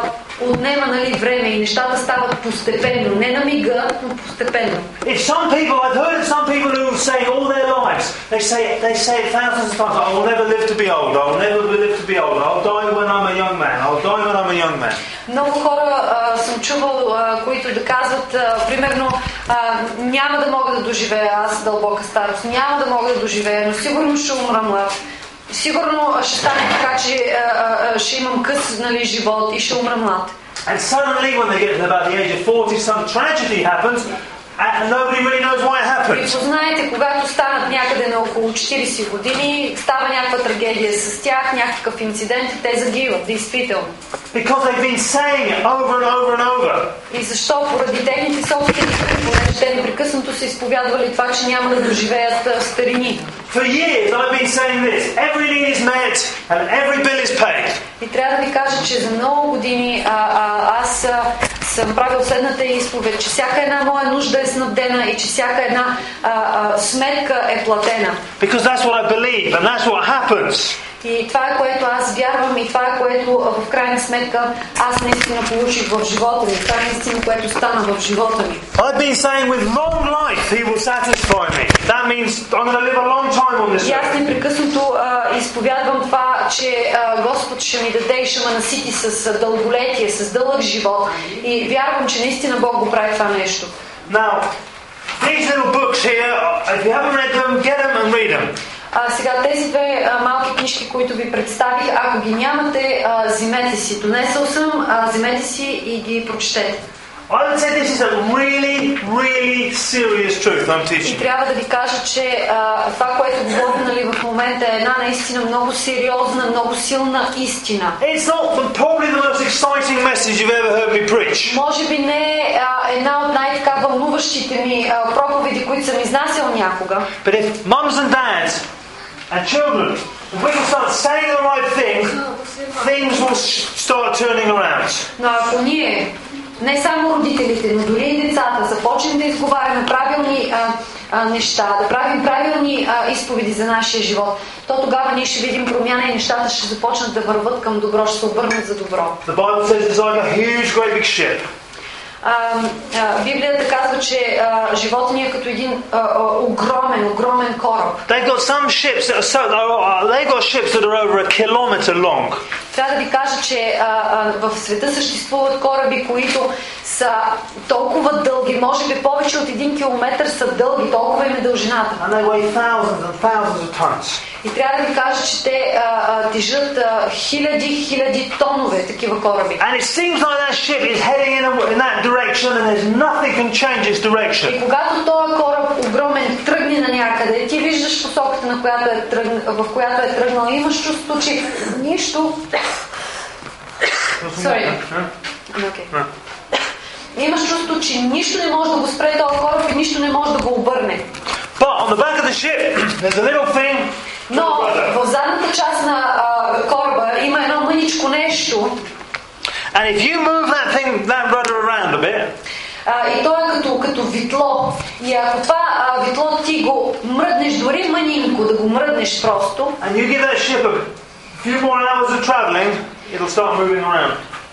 [SPEAKER 2] отнема нали, време и нещата стават постепенно. Не на мига, но постепенно.
[SPEAKER 1] If some people, I've heard of some people who say all their lives, they say they say it thousands of times, I will never live to be old, I will never live to be old, I'll die when I'm a young man, I'll die when I'm a young man.
[SPEAKER 2] Много хора а, съм чувал, а, които да казват, а, примерно, а, няма да мога да доживея аз дълбока старост, няма да мога да доживея, но сигурно ще умра млад. Сигурно а, ще стане така, че а, а, а, ще имам къс нали, живот и ще умра млад.
[SPEAKER 1] And suddenly, when they get to about the age of 40, some tragedy happens, and nobody really knows why it
[SPEAKER 2] И
[SPEAKER 1] happened.
[SPEAKER 2] познаете, когато станат някъде на около 40 години, става някаква трагедия с тях, някакъв инцидент и те загиват, действително.
[SPEAKER 1] Because they've been saying it over and over and over.
[SPEAKER 2] И защо? Поради техните собствени, понеже те непрекъснато са изповядвали това, че няма да доживеят а, старини.
[SPEAKER 1] For years, I've been saying this every need is met and every bill is paid.
[SPEAKER 2] И трябва да ви кажа, че за много години а, а, аз а, съм правил следната изповед, че всяка една моя нужда е снабдена и че всяка една а, а, сметка е платена.
[SPEAKER 1] Because that's what I believe, and that's what happens.
[SPEAKER 2] И това е което аз вярвам и това е което а, в крайна сметка аз наистина получих в живота ми. Това е наистина което стана в живота ми.
[SPEAKER 1] I've been saying with long life he will satisfy me. That means I'm going to live a long time on this
[SPEAKER 2] И аз
[SPEAKER 1] earth.
[SPEAKER 2] непрекъснато а, изповядвам това, че а, Господ ще ми даде и ще ме насити с а, дълголетие, с дълъг живот. И вярвам, че наистина Бог го прави това нещо.
[SPEAKER 1] Now, these little books here, if you haven't read them, get them and read them.
[SPEAKER 2] А, сега тези две а, малки книжки, които ви представих, ако ги нямате, а, вземете си. Донесъл съм, а, вземете си и ги прочетете.
[SPEAKER 1] I would say this is a really, really serious truth I'm
[SPEAKER 2] И
[SPEAKER 1] teaching.
[SPEAKER 2] трябва да ви кажа, че а, това, което говорим нали, в момента е една наистина много сериозна, много силна истина.
[SPEAKER 1] It's not the, probably the most exciting message you've ever heard me preach.
[SPEAKER 2] Може би не е а, една от най-така вълнуващите ми а, проповеди, които съм изнасял някога.
[SPEAKER 1] But if mums and dads and children, if we can start saying the right thing, things will sh- start turning around.
[SPEAKER 2] Но ако ние, не само родителите, но дори и децата, започнем да изговаряме правилни а, а, неща, да правим правилни а, изповеди за нашия живот, то тогава ние ще видим промяна и нещата ще започнат да върват към добро, ще се обърнат за добро.
[SPEAKER 1] The Bible says it's like a huge, great big ship.
[SPEAKER 2] А, а, Библията казва, че а, живота ни е като един а, а, огромен, огромен кораб.
[SPEAKER 1] They've got some ships that are so. uh, They've got ships that are over a kilometre long.
[SPEAKER 2] Трябва да ви кажа, че а, а, в света съществуват кораби, които са толкова дълги, може би повече от един километър са дълги, толкова им е дължината.
[SPEAKER 1] And they weigh thousands and thousands of tons.
[SPEAKER 2] И трябва да ви кажа, че те а, а, тежат а, хиляди, хиляди тонове такива кораби.
[SPEAKER 1] And it seems like that ship is heading in, a, in that direction and there's nothing can change its direction.
[SPEAKER 2] И когато този кораб огромен тръгне на някъде, ти виждаш посоката, на която е тръгн... в която е тръгнал, имаш чувство, че нищо... Sorry. I'm okay.
[SPEAKER 1] Да.
[SPEAKER 2] Ами, Имаш чувство, че нищо не може да го спре този кораб и нищо не може да го обърне.
[SPEAKER 1] But on the back of the ship, there's a little thing.
[SPEAKER 2] Но в задната част на а, кораба има едно мъничко нещо.
[SPEAKER 1] And if you move that thing, that rudder around a bit,
[SPEAKER 2] А, и то е като, като витло. И ако това а, витло ти го мръднеш, дори мънинко да го мръднеш просто,
[SPEAKER 1] And you give that ship a few more hours of travelling, it'll start moving around.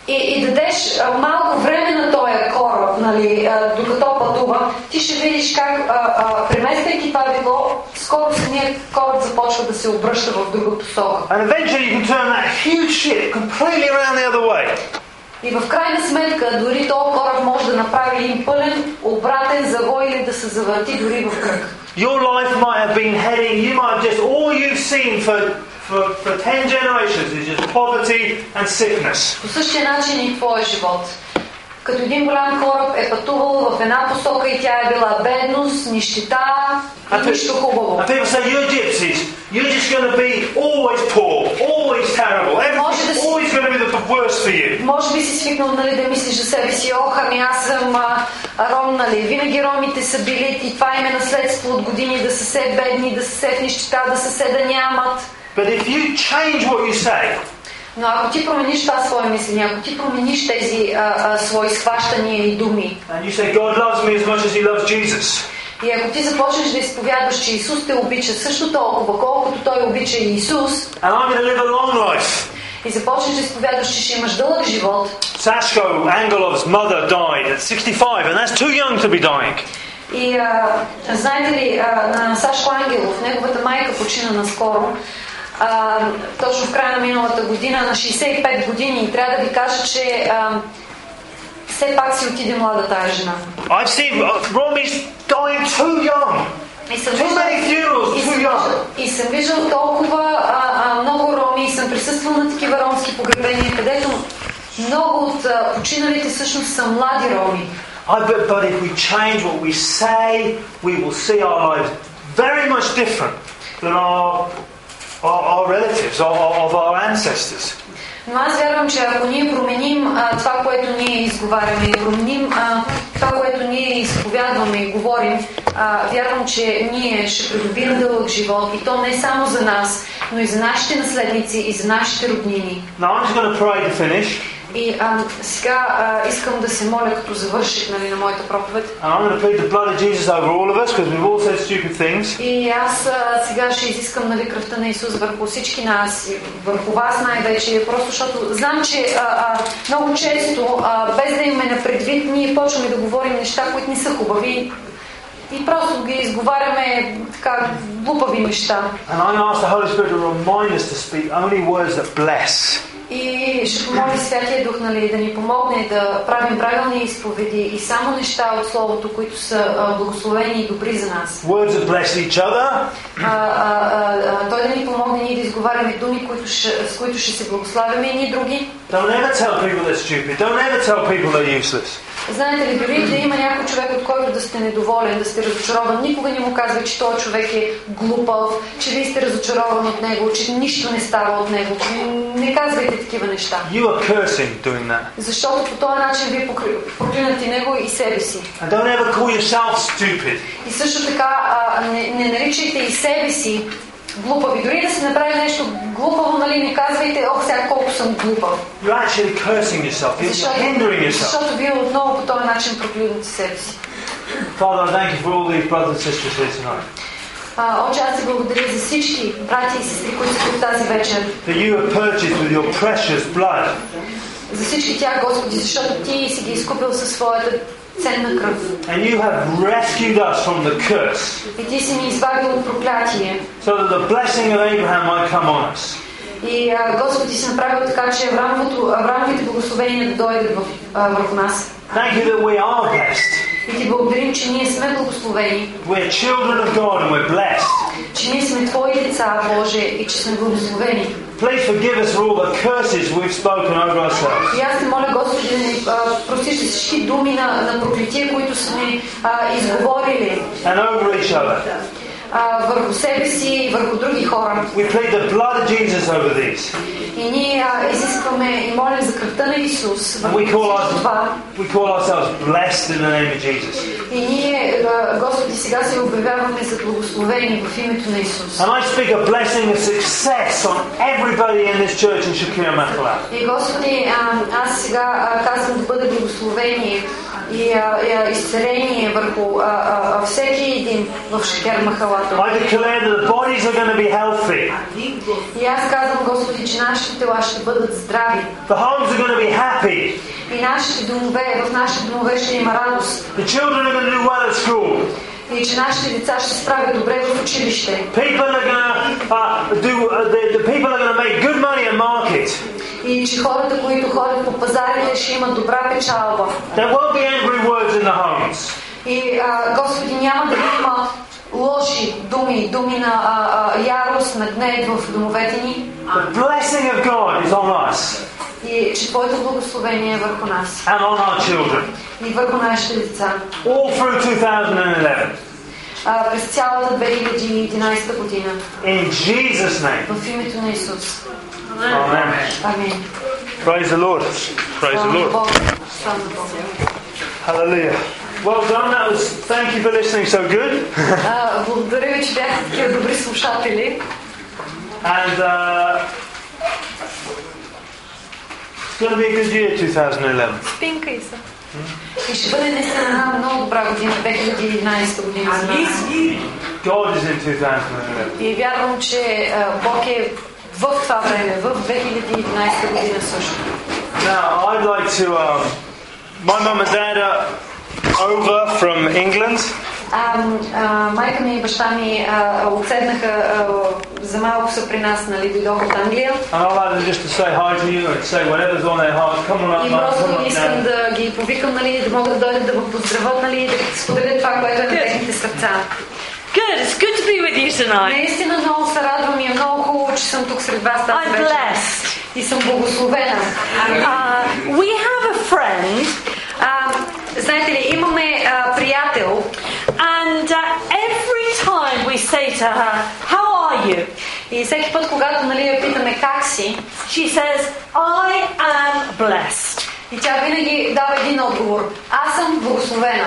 [SPEAKER 2] и, и дадеш а, малко време на този кораб, нали, а, докато пътува, ти ще видиш как, а, а, премествайки това витло, скоро самият кораб започва да се обръща в друга посока.
[SPEAKER 1] And eventually you can turn that huge ship completely around the other way.
[SPEAKER 2] И в крайна сметка, дори този кораб може да направи един пълен обратен завой или да се завърти дори в кръг.
[SPEAKER 1] Your life might have been heading, you might have just, all you've seen for, for, for 10 generations is just poverty and sickness.
[SPEAKER 2] По същия начин и твоя живот. Като един голям кораб е пътувал в една посока и тя е била бедност, нищета и нищо хубаво.
[SPEAKER 1] and people say, You're gypsies, you're just going to be always poor, always terrible,
[SPEAKER 2] Може да
[SPEAKER 1] everything's
[SPEAKER 2] си-
[SPEAKER 1] always going to be the worst for you.
[SPEAKER 2] Може би си свикнал нали, да мислиш за себе си, ох, ами аз съм а, ром, нали, винаги ромите са били и това им е наследство от години да са се бедни, да са се в нищета, да са се да нямат.
[SPEAKER 1] But if you change what you say,
[SPEAKER 2] Но ако ти промениш това свое мислене, ако ти промениш тези а, а, свои схващания и думи,
[SPEAKER 1] and you say, God loves me as much as He loves Jesus,
[SPEAKER 2] И ако ти започнеш да изповядваш, че Исус те обича също толкова, колкото Той обича и Исус,
[SPEAKER 1] and I'm going to live a long life.
[SPEAKER 2] и започнеш да изповядваш, че ще имаш дълъг живот,
[SPEAKER 1] Sashko Angelov's mother died at 65, and that's too young to be dying.
[SPEAKER 2] и а, знаете ли, а, на Сашко Ангелов, неговата майка почина наскоро, а, точно в края на миналата година, на 65 години, и трябва да ви кажа, че а, все пак си отиде млада тая жена.
[SPEAKER 1] I've seen uh, Romy's dying too young.
[SPEAKER 2] И съм
[SPEAKER 1] Too many
[SPEAKER 2] виждала-
[SPEAKER 1] funerals,
[SPEAKER 2] И съм,
[SPEAKER 1] too young.
[SPEAKER 2] и съм виждал толкова а, а, много роми и съм присъствал на такива ромски погребения, където много от а, починалите всъщност са млади роми.
[SPEAKER 1] I bet, but if we change what we say, we will see our lives very much different than our, our, our relatives, our, our- of our ancestors.
[SPEAKER 2] Но аз вярвам, че ако ние променим а, това, което ние изговаряме и променим а, това, което ние изповядваме и говорим, а, вярвам, че ние ще придобием дълъг живот и то не само за нас, но и за нашите наследници и за нашите роднини.
[SPEAKER 1] Now I'm just going to pray to finish,
[SPEAKER 2] И а, сега а, искам да се моля, като завърших нали, на моята проповед,
[SPEAKER 1] and I'm going to plead the blood of Jesus over all of us because we've all said stupid things.
[SPEAKER 2] И аз а, сега ще изискам нали, кръвта на Исус върху всички нас, и върху вас най-вече, просто защото знам, че а, а, много често, а, без да имаме на предвид, ние почваме да говорим неща, които не са хубави и просто ги изговаряме така глупави неща.
[SPEAKER 1] And I ask the Holy Spirit to remind us to speak only words that bless.
[SPEAKER 2] И ще помоля Святия Дух нали, да ни помогне да правим правилни изповеди и само неща от Словото, които са а, благословени и добри за нас.
[SPEAKER 1] Words that bless each other,
[SPEAKER 2] а, а, а, а, той да ни помогне ние да изговаряме думи, които ще, с които ще се благославяме и ние други.
[SPEAKER 1] Don't ever tell people they're stupid. Don't ever tell people they're useless.
[SPEAKER 2] Знаете ли, дори да има някой човек, от който да сте недоволен, да сте разочарован, никога не му казва, че този човек е глупав, че вие сте разочарован от него, че нищо не става от него. Не казвайте такива неща.
[SPEAKER 1] You are cursing doing that.
[SPEAKER 2] Защото по този начин вие покри- проклинате него и себе си.
[SPEAKER 1] And don't ever call yourself stupid.
[SPEAKER 2] И също така а, не, не наричайте и себе си глупави. Дори да се направи нещо глупаво, нали, не казвайте, ох, сега колко съм глупав.
[SPEAKER 1] You're actually cursing yourself. You're hindering yourself.
[SPEAKER 2] защото вие отново по този начин проклинате себе си.
[SPEAKER 1] Father, I thank you for all these brothers and sisters here tonight.
[SPEAKER 2] А, Отче, аз ти благодаря за всички брати и сестри, които са тук тази вечер.
[SPEAKER 1] That you have purchased with your precious blood.
[SPEAKER 2] За всички тях, Господи, защото Ти си ги изкупил със своята ценна кръв.
[SPEAKER 1] And you have rescued us from the curse.
[SPEAKER 2] И Ти си ни избавил от проклятие.
[SPEAKER 1] So that the blessing of Abraham might come on us.
[SPEAKER 2] И, а, Господи, си направил така, че Аврамовото- Аврамовите благословения да дойдат в, а, върху нас.
[SPEAKER 1] Thank you that we are blessed.
[SPEAKER 2] И Ти благодарим, че ние сме благословени,
[SPEAKER 1] We're children of God and we're blessed.
[SPEAKER 2] че ние сме Твои деца, Боже, и че сме благословени.
[SPEAKER 1] Please forgive us for all the curses we've spoken over ourselves.
[SPEAKER 2] И аз те моля, Господи, да ни а, простиш за всички думи на, на проклетие, които сме а, изговорили
[SPEAKER 1] and over each other.
[SPEAKER 2] а, върху себе си и върху други хора.
[SPEAKER 1] We plead the blood of Jesus over these.
[SPEAKER 2] И ние а, изискваме и молим за кръвта на Исус
[SPEAKER 1] And
[SPEAKER 2] върху
[SPEAKER 1] we call,
[SPEAKER 2] всичко това.
[SPEAKER 1] our, we call ourselves blessed in the name of Jesus.
[SPEAKER 2] И ние, а, Господи, сега се обявяваме за благословени в името на Исус.
[SPEAKER 1] And I speak a blessing of success on everybody in this church in Shakira Makala.
[SPEAKER 2] И Господи, а, аз сега а, казвам да бъда благословени и а, и, а, изцеление върху а, а, а, всеки един в Шекер Махалато.
[SPEAKER 1] I declare that the bodies are going to be healthy.
[SPEAKER 2] И аз казвам, Господи, че нашите тела ще бъдат здрави
[SPEAKER 1] The homes are going to be happy.
[SPEAKER 2] и нашите домове, в нашите домове ще има радост
[SPEAKER 1] The children are going to do well at school.
[SPEAKER 2] и че нашите деца ще се справят добре в училище
[SPEAKER 1] People are going to uh, do. Uh, the, the people are going to make good money at market.
[SPEAKER 2] и че хората, които ходят по пазарите, ще имат добра печалба.
[SPEAKER 1] There won't be angry words in the homes.
[SPEAKER 2] И а, Господи, няма да има лоши думи, думи на а, а, ярост, на гнев в домовете ни
[SPEAKER 1] The blessing of God is on us
[SPEAKER 2] и че Твоето благословение е върху нас
[SPEAKER 1] and on our children,
[SPEAKER 2] и върху нашите деца.
[SPEAKER 1] all through 2011.
[SPEAKER 2] А, през цялата 2011 година.
[SPEAKER 1] In Jesus' name.
[SPEAKER 2] В името на Исус.
[SPEAKER 1] Amen.
[SPEAKER 2] Амин.
[SPEAKER 1] Praise the Lord. Praise
[SPEAKER 2] Слава на Бог. е Слава на Бог.
[SPEAKER 1] Hallelujah. Well done. That was. Thank you for listening so good.
[SPEAKER 2] А, благодаря ви, че бяхте такива добри слушатели.
[SPEAKER 1] And uh, it's going to be a good year, 2011.
[SPEAKER 3] Спинка и са.
[SPEAKER 2] И ще бъде наистина една много добра година, 2011 година за нас.
[SPEAKER 1] God is in 2011.
[SPEAKER 2] И вярвам, че а, Бог е в това време, в 2011 година също.
[SPEAKER 1] Now, I'd like to. Um, my mum and dad are over from England,
[SPEAKER 2] А, а, майка ми и баща ми а, отседнаха, а, за малко са при нас, нали, дойдох от Англия.
[SPEAKER 1] and I'd like them just to say hi to you and say whatever's on their heart. Come on up,
[SPEAKER 2] И
[SPEAKER 1] mum, come
[SPEAKER 2] просто
[SPEAKER 1] on
[SPEAKER 2] искам
[SPEAKER 1] down.
[SPEAKER 2] да ги повикам, нали, да могат да дойдат да ме поздравят, нали, и да споделят това, което е на техните сърца.
[SPEAKER 4] Good. It's good to be with you tonight.
[SPEAKER 2] Наистина много се радвам и е много хубаво, че съм тук сред вас тази
[SPEAKER 4] I'm
[SPEAKER 2] вечер.
[SPEAKER 4] blessed.
[SPEAKER 2] И съм благословена.
[SPEAKER 4] Uh, we have a friend,
[SPEAKER 2] А, знаете ли, имаме а, приятел,
[SPEAKER 4] and uh, every time we say to her, "How are you?"
[SPEAKER 2] И всеки път, когато нали, я питаме как си,
[SPEAKER 4] she says, "I am blessed."
[SPEAKER 2] и тя винаги дава един отговор. Аз съм благословена.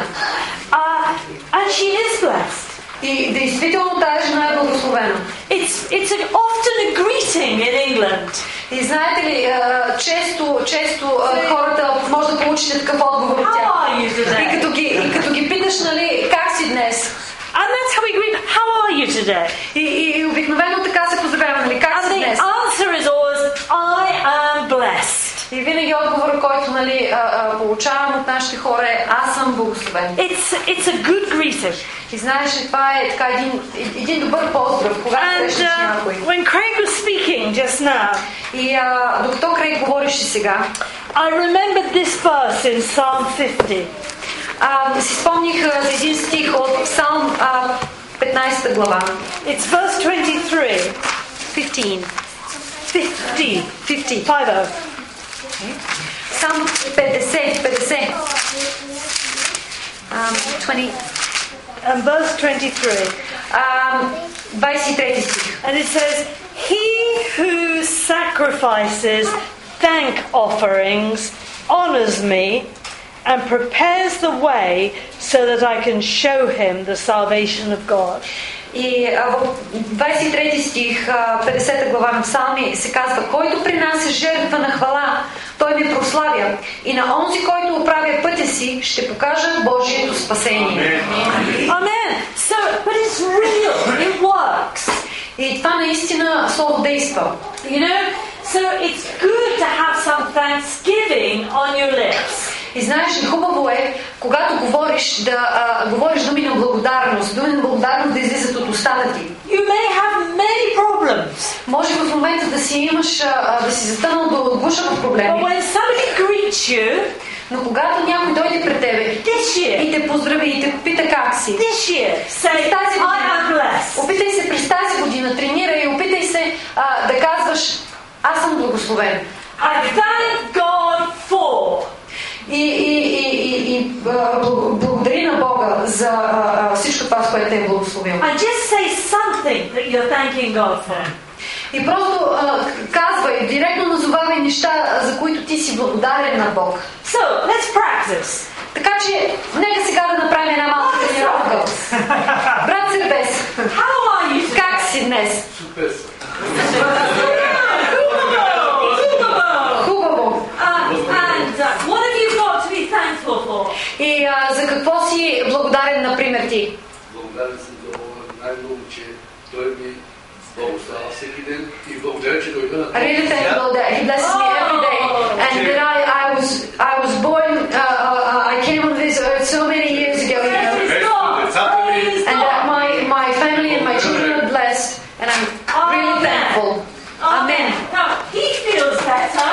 [SPEAKER 4] Uh, and she is blessed.
[SPEAKER 2] И действително тази жена е благословена.
[SPEAKER 4] It's it's an, often a greeting in England.
[SPEAKER 2] И знаете ли, а, често, често а, хората може да получите такъв отговор от тях.
[SPEAKER 4] How are you
[SPEAKER 2] И
[SPEAKER 4] today?
[SPEAKER 2] като, ги, и като ги питаш, нали, как си днес?
[SPEAKER 4] And that's how we greet. How are you today?
[SPEAKER 2] И, и, и обикновено така се поздравява, нали, как
[SPEAKER 4] And
[SPEAKER 2] си
[SPEAKER 4] the
[SPEAKER 2] днес?
[SPEAKER 4] answer is always, "I am blessed."
[SPEAKER 2] И винаги отговор, който нали, а, а, получавам от нашите хора е аз съм благословен.
[SPEAKER 4] It's it's a good greeting.
[SPEAKER 2] И знаеш, ли, това е така един, един добър поздрав, когато
[SPEAKER 4] And
[SPEAKER 2] срещаш
[SPEAKER 4] uh,
[SPEAKER 2] някой.
[SPEAKER 4] when Craig was speaking just now,
[SPEAKER 2] И а, докато Крейг говореше сега,
[SPEAKER 4] I remembered this verse in Psalm 50.
[SPEAKER 2] а, си спомних а, за един стих от Псалм а, 15 глава.
[SPEAKER 4] It's verse 23. 15. 50. 50. 50.
[SPEAKER 2] Псалм 50, 50. А, 20,
[SPEAKER 4] And verse 23.
[SPEAKER 2] а, 23 стих.
[SPEAKER 4] And it says, He who sacrifices thank offerings honors me and prepares the way so that I can show him the salvation of God.
[SPEAKER 2] И а, в 23 стих, а, 50 глава на Псалми се казва Който принася жертва на хвала, той ми прославя. И на онзи, който оправя пътя си, ще покажа Божието спасение.
[SPEAKER 4] Amen. So, but it's real, it works.
[SPEAKER 2] И това наистина слово действа.
[SPEAKER 4] You know, so it's good to have some thanksgiving on your lips.
[SPEAKER 2] И знаеш ли, хубаво е, когато говориш, да а, говориш думи на благодарност, думи на благодарност да излизат от устата ти.
[SPEAKER 4] You may have many problems,
[SPEAKER 2] Може в момента да си имаш, а, а, да си затънал до гуша в
[SPEAKER 4] but
[SPEAKER 2] проблеми,
[SPEAKER 4] when somebody greets you
[SPEAKER 2] но когато някой дойде пред тебе
[SPEAKER 4] this year,
[SPEAKER 2] и те поздрави и те попита как си,
[SPEAKER 4] this year, say,
[SPEAKER 2] That's-
[SPEAKER 4] I am blessed.
[SPEAKER 2] опитай се през тази година, тренирай и опитай се а, да казваш аз съм благословен.
[SPEAKER 4] I thank God for.
[SPEAKER 2] И, и, и, и, и а, бл- благодари на Бога за а, а, всичко това, с което те е благословил.
[SPEAKER 4] And just say something that you're thanking God for.
[SPEAKER 2] И просто а, казвай, директно назовавай неща, а, за които ти си благодарен на Бог.
[SPEAKER 4] So, let's practice.
[SPEAKER 2] Така че, нека сега да направим една малка тренировка. Брат Сербес,
[SPEAKER 4] How are you? today?
[SPEAKER 2] как си днес?
[SPEAKER 4] Superbo, superbo.
[SPEAKER 2] Хубаво.
[SPEAKER 4] Uh, and uh, what have you got to be thankful for?
[SPEAKER 2] И а, за какво си благодарен, например, ти?
[SPEAKER 5] Благодарен съм за Бога най-много, че Той ми благослава всеки ден и благодаря, че дойда на този
[SPEAKER 2] really thankful that he blesses me every day and that I, I was I was born uh, uh, I came on this earth so many years ago you know,
[SPEAKER 5] свят. Децата ми,
[SPEAKER 2] and uh, that my my family and my children are blessed and I'm really thankful Amen
[SPEAKER 4] Now he feels better.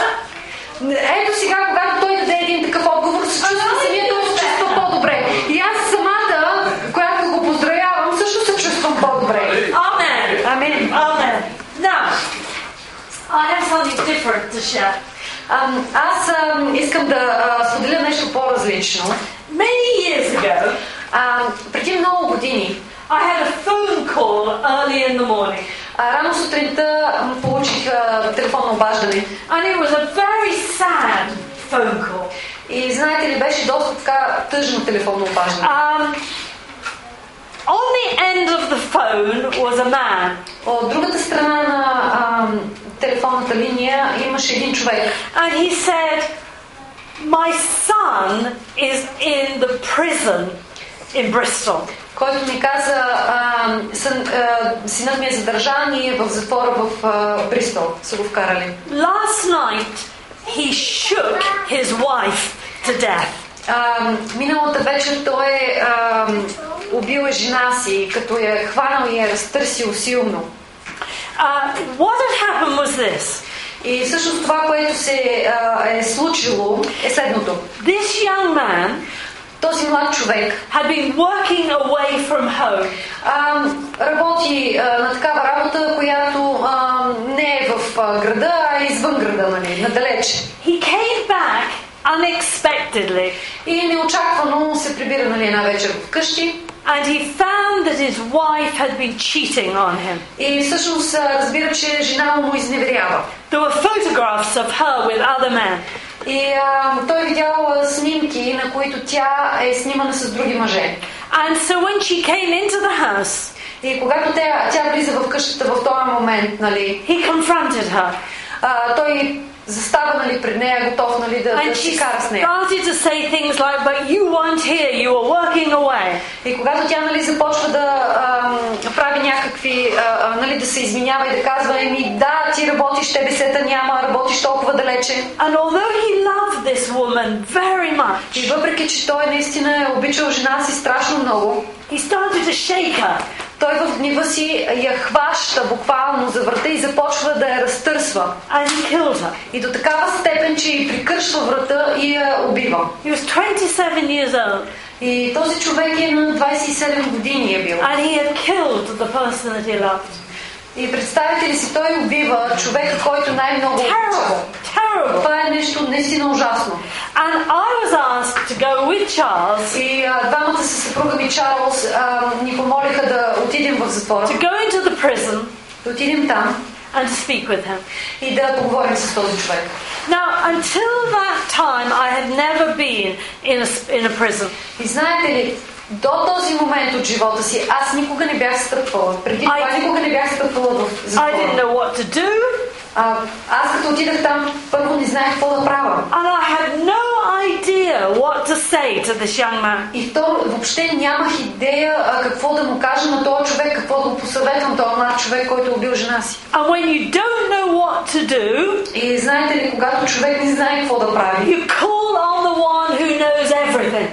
[SPEAKER 2] Ето сега, когато той даде един такъв отговор, се чувства самия той се чувства по-добре. И аз самата, която го поздравявам, също се чувствам по-добре.
[SPEAKER 4] Amen.
[SPEAKER 2] Амен.
[SPEAKER 4] Amen. Now I have something different to share.
[SPEAKER 2] Ам, Аз ам, искам да а, споделя нещо по-различно.
[SPEAKER 4] Many years ago,
[SPEAKER 2] Ам, преди много години,
[SPEAKER 4] I had a phone call early in the morning,
[SPEAKER 2] А, рано сутринта м, получих а, телефонно обаждане
[SPEAKER 4] and it was a very sad phone call.
[SPEAKER 2] и знаете ли, беше доста така тъжно телефонно обаждане.
[SPEAKER 4] Um, on the end of the phone was a man,
[SPEAKER 2] От другата страна на а, телефонната линия имаше един човек
[SPEAKER 4] and he said, "My son is in the prison in Bristol."
[SPEAKER 2] който ми каза, а, сън, а, синът ми е задържан и е в затвора в а, Бристол, са го вкарали.
[SPEAKER 4] Last night, he shook his wife to death.
[SPEAKER 2] А, миналата вечер той е а, убил е жена си, като я е хванал и я е разтърсил силно.
[SPEAKER 4] Uh, what had happened was this
[SPEAKER 2] И всъщност това, което се а, е случило е следното.
[SPEAKER 4] this young man
[SPEAKER 2] Този млад човек
[SPEAKER 4] had been working away from home,
[SPEAKER 2] а, работи а, на такава работа, която а, не е в а, града, а е извън града, нали, надалеч.
[SPEAKER 4] he came back unexpectedly
[SPEAKER 2] И неочаквано се прибира нали, една вечер вкъщи.
[SPEAKER 4] and he found that his wife had been cheating on him.
[SPEAKER 2] И всъщност а, разбира, че жена му му изневерява.
[SPEAKER 4] There were photographs of her with other men.
[SPEAKER 2] И а, той е видял а, снимки, на които тя е снимана с други мъже.
[SPEAKER 4] And so when she came into the house,
[SPEAKER 2] И когато тя, тя влиза в къщата в този момент, нали,
[SPEAKER 4] he confronted her
[SPEAKER 2] а, той застава нали, пред нея, готов нали, да, да
[SPEAKER 4] and she
[SPEAKER 2] си кара с нея.
[SPEAKER 4] started to say things like, But you weren't here, you were working away.
[SPEAKER 2] И когато тя нали, започва да ам, прави някакви, а, а, нали, да се изминява и да казва, еми да, ти работиш, тебе сета няма, работиш толкова далече.
[SPEAKER 4] And although he loved this woman very
[SPEAKER 2] И
[SPEAKER 4] much,
[SPEAKER 2] въпреки, че той наистина е обичал жена си страшно много,
[SPEAKER 4] he started to shake her.
[SPEAKER 2] той в гнева си я хваща буквално за врата и започва да я разтърсва.
[SPEAKER 4] and he killed her.
[SPEAKER 2] И до такава степен, че й прикършва врата и я убива.
[SPEAKER 4] He was 27 years old
[SPEAKER 2] И този човек е на 27 години е бил.
[SPEAKER 4] and he had killed the person that he loved.
[SPEAKER 2] И представете ли си, той убива човека, който най-много обича.
[SPEAKER 4] Terrible, terrible.
[SPEAKER 2] Това е нещо наистина ужасно.
[SPEAKER 4] And I was asked to go with Charles
[SPEAKER 2] И а, двамата със съпруга ми Чарлз а, ни помолиха да отидем в затвора.
[SPEAKER 4] to go into the prison
[SPEAKER 2] Да отидем там
[SPEAKER 4] and to speak with him.
[SPEAKER 2] и да поговорим с този човек.
[SPEAKER 4] Now, until that time, I had never been in a, s- in a prison.
[SPEAKER 2] И знаете ли, до този момент от живота си аз никога не бях стъпвала. Преди това
[SPEAKER 4] I-
[SPEAKER 2] никога не бях стъпвала в
[SPEAKER 4] I didn't
[SPEAKER 2] затвора.
[SPEAKER 4] know what to do,
[SPEAKER 2] А, аз като отидах там, първо не знаех какво да правя.
[SPEAKER 4] and I had no idea what to say to this young man.
[SPEAKER 2] И второ, въобще нямах идея а, какво да му кажа на този човек, какво да го посъветвам този млад човек, който е убил жена си.
[SPEAKER 4] And when you don't know what to do,
[SPEAKER 2] И знаете ли, когато човек не знае какво да прави,
[SPEAKER 4] you call on the one who knows everything.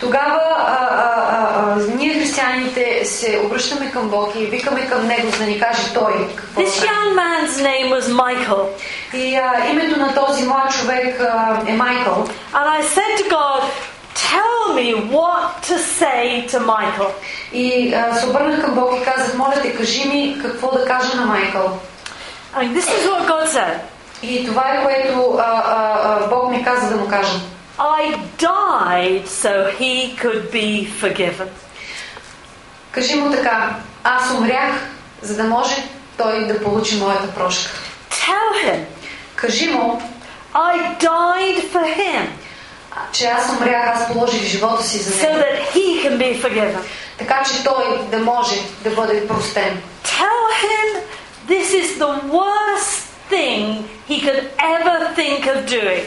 [SPEAKER 2] тогава а, а, а, а, ние християните се обръщаме към Бог и викаме към Него, за да ни каже Той какво да
[SPEAKER 4] This
[SPEAKER 2] прави.
[SPEAKER 4] young man's name was Michael,
[SPEAKER 2] И а, името на този млад човек а, е Майкъл.
[SPEAKER 4] and I said to God, Tell me what to say to Michael.
[SPEAKER 2] И а, се обърнах към Бог и казах, моля те, кажи ми какво да кажа на Майкъл.
[SPEAKER 4] And this is what God said
[SPEAKER 2] И това е което а, а, а, Бог ми каза да му кажа.
[SPEAKER 4] I died so he could be forgiven.
[SPEAKER 2] Кажи му така, аз умрях, за да може той да получи моята прошка.
[SPEAKER 4] Tell him,
[SPEAKER 2] Кажи му,
[SPEAKER 4] I died for him
[SPEAKER 2] че аз умрях, аз положих живота си за
[SPEAKER 4] so
[SPEAKER 2] него.
[SPEAKER 4] that he can be forgiven.
[SPEAKER 2] Така че той да може да бъде простен.
[SPEAKER 4] Tell him this is the worst thing he could ever think of doing.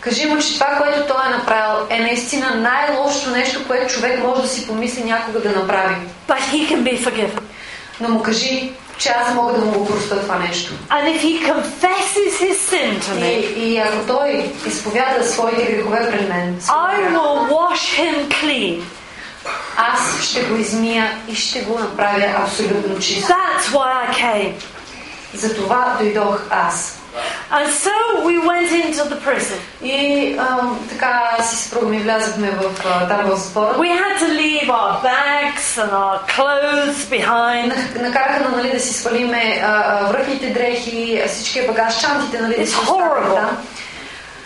[SPEAKER 2] Кажи му, че това, което той е направил, е наистина най-лошото нещо, което човек може да си помисли някога да направи.
[SPEAKER 4] but he can be forgiven.
[SPEAKER 2] Но му кажи, че аз мога да му го простя това нещо.
[SPEAKER 4] And if he confesses his sin to
[SPEAKER 2] И,
[SPEAKER 4] me,
[SPEAKER 2] и ако той изповяда своите грехове пред мен,
[SPEAKER 4] I will wash him clean.
[SPEAKER 2] аз ще го измия и ще го направя абсолютно чист.
[SPEAKER 4] That's why I came.
[SPEAKER 2] Затова дойдох аз.
[SPEAKER 4] And so we went into the prison.
[SPEAKER 2] И а, така си съпруга ми влязахме в а, там в затвора.
[SPEAKER 4] We had to leave our bags and our clothes behind.
[SPEAKER 2] Накараха на нали, да си свалиме а, а, връхните дрехи, всичкия багаж, чантите, нали, да
[SPEAKER 4] It's
[SPEAKER 2] си оставим
[SPEAKER 4] horrible.
[SPEAKER 2] там.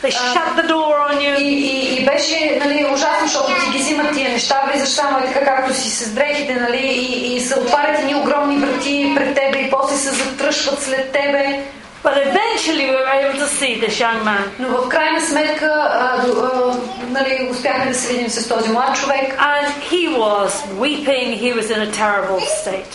[SPEAKER 4] They shut the door on
[SPEAKER 2] И,
[SPEAKER 4] you.
[SPEAKER 2] и, и беше нали, ужасно, защото ти ги взимат тия неща, влизаш само и така както си с дрехите, нали, и, и се отварят едни огромни врати пред тебе и после се затръшват след тебе.
[SPEAKER 4] But eventually we were able to see this young man.
[SPEAKER 2] Но в крайна сметка а, до, а, нали, успяхме да се видим с този млад човек
[SPEAKER 4] And he was weeping. He was in a terrible state.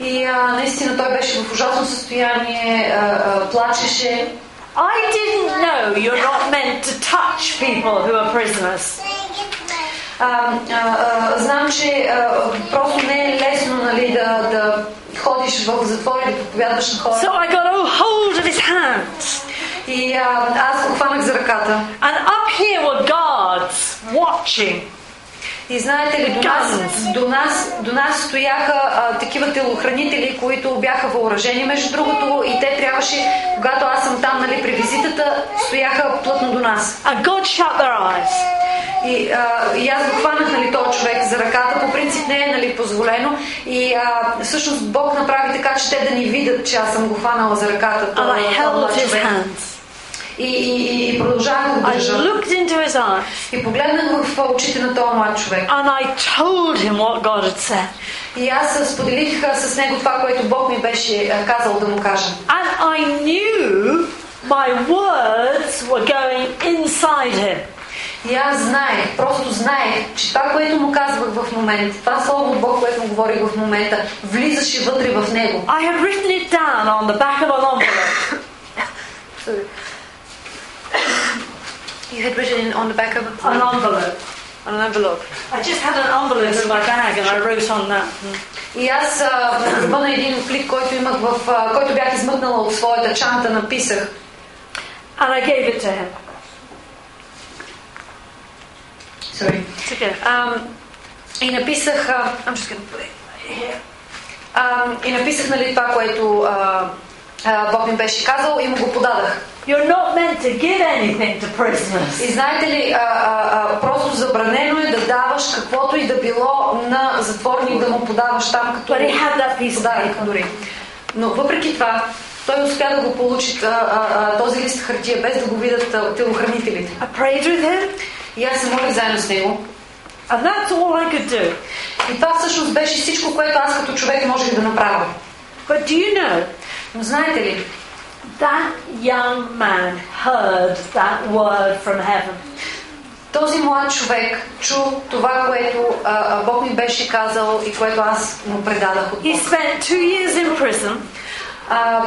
[SPEAKER 2] и а, наистина той беше в ужасно състояние, а, а, плачеше.
[SPEAKER 4] I didn't know you're not meant to touch people who are prisoners.
[SPEAKER 2] А, а, а, знам, че а, просто не е лесно нали, да, да ходиш в затвор и да проповядваш на
[SPEAKER 4] So
[SPEAKER 2] хора.
[SPEAKER 4] I got a hold of his hands.
[SPEAKER 2] И а, аз го хванах за ръката.
[SPEAKER 4] And up here were guards watching.
[SPEAKER 2] И знаете ли, до нас, до нас, до нас стояха а, такива телохранители, които бяха въоръжени, между другото, и те трябваше, когато аз съм там, нали, при визитата, стояха плътно до нас.
[SPEAKER 4] And God shut their eyes.
[SPEAKER 2] И, а, и аз го хванах, нали, този човек за ръката, по принцип не е, нали, позволено. И а, всъщност Бог направи така, че те да ни видят, че аз съм го хванала за ръката.
[SPEAKER 4] And I
[SPEAKER 2] този-
[SPEAKER 4] held
[SPEAKER 2] този
[SPEAKER 4] his
[SPEAKER 2] човек.
[SPEAKER 4] hands.
[SPEAKER 2] И, и, и продължавах да го
[SPEAKER 4] I
[SPEAKER 2] държа.
[SPEAKER 4] looked into his eyes.
[SPEAKER 2] И погледнах в очите на този млад човек.
[SPEAKER 4] And I told him what God had said.
[SPEAKER 2] И аз споделих а, с него това, което Бог ми беше а, казал да му кажа.
[SPEAKER 4] And I knew my words were going inside him.
[SPEAKER 2] И аз знаех, просто знаех, че това, което му казвах в момента, това слово от Бог, което му говорих в момента, влизаше вътре в него.
[SPEAKER 4] I had written it down on the back of an envelope.
[SPEAKER 2] You had written on the back of
[SPEAKER 4] An envelope.
[SPEAKER 2] on an envelope.
[SPEAKER 4] I just had an envelope in my bag and I wrote on that.
[SPEAKER 2] И аз а, на ръба на един плик, който имах в, а, който бях измъкнала от своята чанта, написах.
[SPEAKER 4] And I gave it to him.
[SPEAKER 2] Sorry.
[SPEAKER 4] It's okay.
[SPEAKER 2] Ам, и написах... а, I'm just gonna put it here. Ам, и написах, нали, това, което а, а, Бог ми беше казал и му го подадах.
[SPEAKER 4] You're not meant to give anything to prisoners.
[SPEAKER 2] И знаете ли, а, а, а, просто забранено е да даваш каквото и да било на затворник, да му подаваш там като
[SPEAKER 4] But he had that piece of
[SPEAKER 2] подарък
[SPEAKER 4] paper.
[SPEAKER 2] дори. Но въпреки това, той успя да го получи а, а, а, този лист хартия, без да го видят а, телохранителите.
[SPEAKER 4] I prayed with him,
[SPEAKER 2] И аз се молих заедно с него.
[SPEAKER 4] and that's all I could do.
[SPEAKER 2] И това всъщност беше всичко, което аз като човек можех да направя.
[SPEAKER 4] But do you know,
[SPEAKER 2] Но знаете ли,
[SPEAKER 4] that young man heard that word from heaven.
[SPEAKER 2] този млад човек чу това, което а, а, Бог ми беше казал и което аз му предадах от
[SPEAKER 4] He
[SPEAKER 2] Бог.
[SPEAKER 4] spent two years in prison,
[SPEAKER 2] А,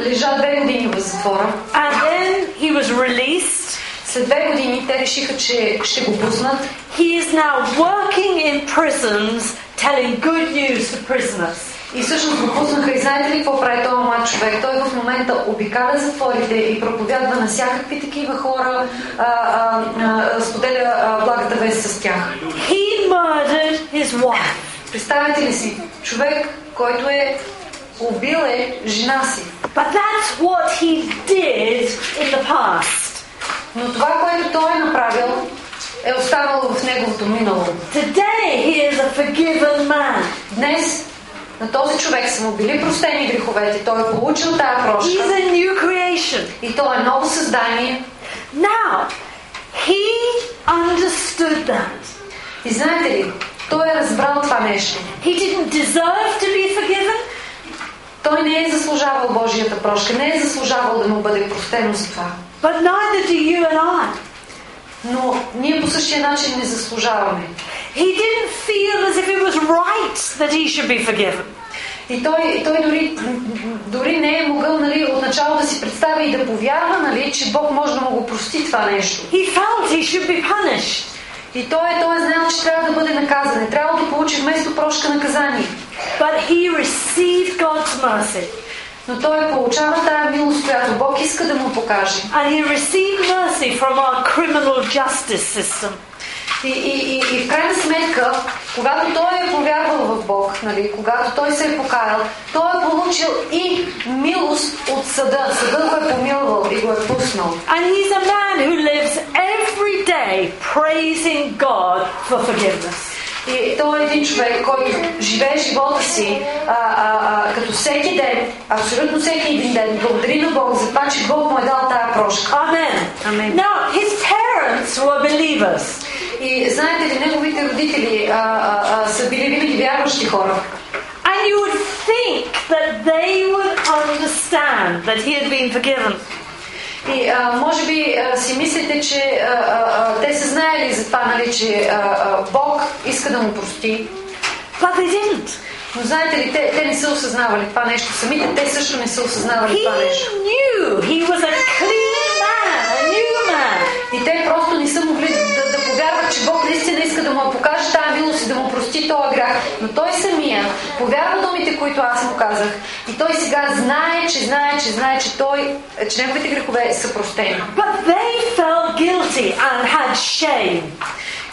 [SPEAKER 2] лежа две години в затвора.
[SPEAKER 4] and then he was released.
[SPEAKER 2] След две години те решиха, че ще го пуснат
[SPEAKER 4] He is now working in prisons, telling good news to prisoners.
[SPEAKER 2] и всъщност го пуснаха и знаете ли какво прави този млад човек? Той в момента обикаля затворите и проповядва на всякакви такива хора, а, а, а, споделя а, благата вест с тях.
[SPEAKER 4] He murdered his wife,
[SPEAKER 2] Представете ли си, човек, който е убил е жена си.
[SPEAKER 4] but that's what he did in the past.
[SPEAKER 2] Но това, което той е направил, е останало в неговото минало.
[SPEAKER 4] Today he is a forgiven man.
[SPEAKER 2] Днес на този човек са му били простени греховете, той е получил тая
[SPEAKER 4] He's
[SPEAKER 2] прошка
[SPEAKER 4] a new creation.
[SPEAKER 2] и той е ново създание,
[SPEAKER 4] Now, he understood that.
[SPEAKER 2] И знаете ли, той е разбрал това нещо.
[SPEAKER 4] He didn't deserve to be forgiven,
[SPEAKER 2] Той не е заслужавал Божията прошка, не е заслужавал да му бъде простено с това.
[SPEAKER 4] but neither do you and I.
[SPEAKER 2] Но ние по същия начин не заслужаваме.
[SPEAKER 4] He didn't feel as if it was right that he should be forgiven.
[SPEAKER 2] И той, той дори, дори не е могъл нали, отначало да си представи и да повярва, нали, че Бог може да му го прости това нещо.
[SPEAKER 4] He felt he should be punished.
[SPEAKER 2] И той, той е знаел, че трябва да бъде наказан. Не трябва да получи вместо прошка наказание.
[SPEAKER 4] But he received God's mercy.
[SPEAKER 2] Но той е получава тая милост, която Бог иска да му покаже.
[SPEAKER 4] And he received mercy from our criminal justice system.
[SPEAKER 2] И, и, и, и в крайна сметка, когато той е повярвал в Бог, нали, когато той се е покаял, той е получил и милост от съда. Съдът го е помилвал и го е пуснал.
[SPEAKER 4] And he's a man who lives every day praising God for forgiveness.
[SPEAKER 2] И той е един човек, който живее живота си а, а, а, като всеки ден, абсолютно всеки един ден, благодари на Бог за това, че Бог му е дал тая прошка.
[SPEAKER 4] Amen.
[SPEAKER 2] Amen.
[SPEAKER 4] Now, his parents were believers.
[SPEAKER 2] И знаете ли, неговите родители а, а, а, са били винаги вярващи хора.
[SPEAKER 4] And you would think that they would understand that he had been forgiven.
[SPEAKER 2] И а, може би а, си мислите, че а, а, а, те са знаели за това, нали, че а, а, Бог иска да му прости.
[SPEAKER 4] But they didn't.
[SPEAKER 2] Но знаете ли, те, те не са осъзнавали това нещо. Самите те също не са осъзнавали
[SPEAKER 4] He
[SPEAKER 2] това нещо.
[SPEAKER 4] knew he was a clean man, a new man.
[SPEAKER 2] И те просто не са могли да, да повярват, че Бог наистина иска да му я покаже тази милост и да му прости този грях. Но той самия повярва думите, които аз му казах. И той сега знае, че знае, че знае, че той, че неговите грехове са простени.
[SPEAKER 4] But they felt guilty and had shame.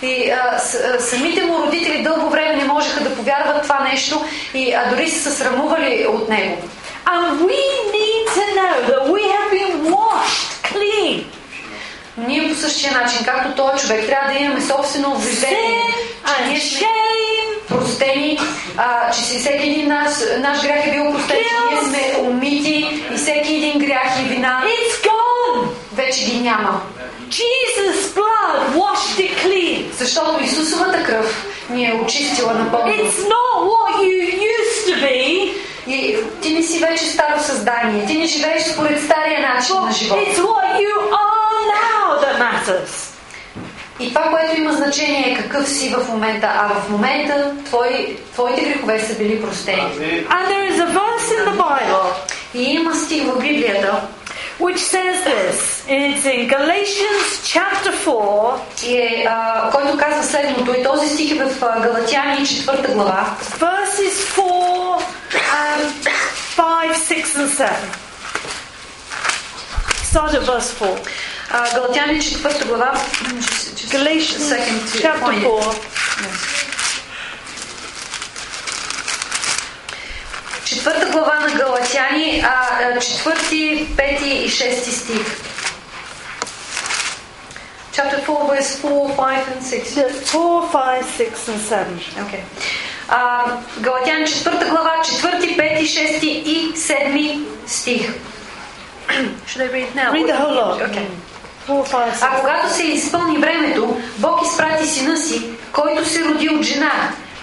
[SPEAKER 2] И а, с, а, самите му родители дълго време не можеха да повярват това нещо и а, дори са се срамували от него.
[SPEAKER 4] And we need to know that we have been washed clean.
[SPEAKER 2] Но Ние по същия начин, както този човек, трябва да имаме собствено убеждение, че
[SPEAKER 4] Sin
[SPEAKER 2] ние
[SPEAKER 4] and
[SPEAKER 2] сме
[SPEAKER 4] shame
[SPEAKER 2] простени, а, че си всеки един наш, наш грях е бил простен, че ние сме умити и всеки един грях и вина
[SPEAKER 4] It's gone.
[SPEAKER 2] вече ги няма.
[SPEAKER 4] Jesus' blood washed it clean.
[SPEAKER 2] Защото Исусовата кръв ни е очистила напълно.
[SPEAKER 4] It's not what you used to be.
[SPEAKER 2] И ти не си вече старо създание, ти не живееш според стария начин на живота.
[SPEAKER 4] It's what you are now that matters.
[SPEAKER 2] И това, което има значение е какъв си в момента, а в момента твои, твоите грехове са били простени.
[SPEAKER 5] е
[SPEAKER 4] And there is a verse in the Bible
[SPEAKER 2] И има стих в Библията,
[SPEAKER 4] which says this. It's in Galatians chapter 4,
[SPEAKER 2] и е, а, който казва следното, и този стих е в а, Галатяни 4 глава,
[SPEAKER 4] verses 4 and 5, 6, and 7. Start at verse 4.
[SPEAKER 2] а, Галатяни 4 глава,
[SPEAKER 4] Galatians
[SPEAKER 2] Second to
[SPEAKER 4] chapter
[SPEAKER 2] point.
[SPEAKER 4] 4.
[SPEAKER 2] четвърта глава на Галатяни, а, а, четвърти, пети и шести стих. Chapter 4, verse 4, 5 and 6.
[SPEAKER 4] Yes, 4, 5, 6, and 7.
[SPEAKER 2] Okay. А, Галатяни 4 глава, 4, 5, 6 и 7 стих. Should I read now?
[SPEAKER 4] Read the whole lot.
[SPEAKER 2] Okay.
[SPEAKER 4] 4, 5, 6.
[SPEAKER 2] А когато се изпълни времето, Бог изпрати сина си, който се роди от жена.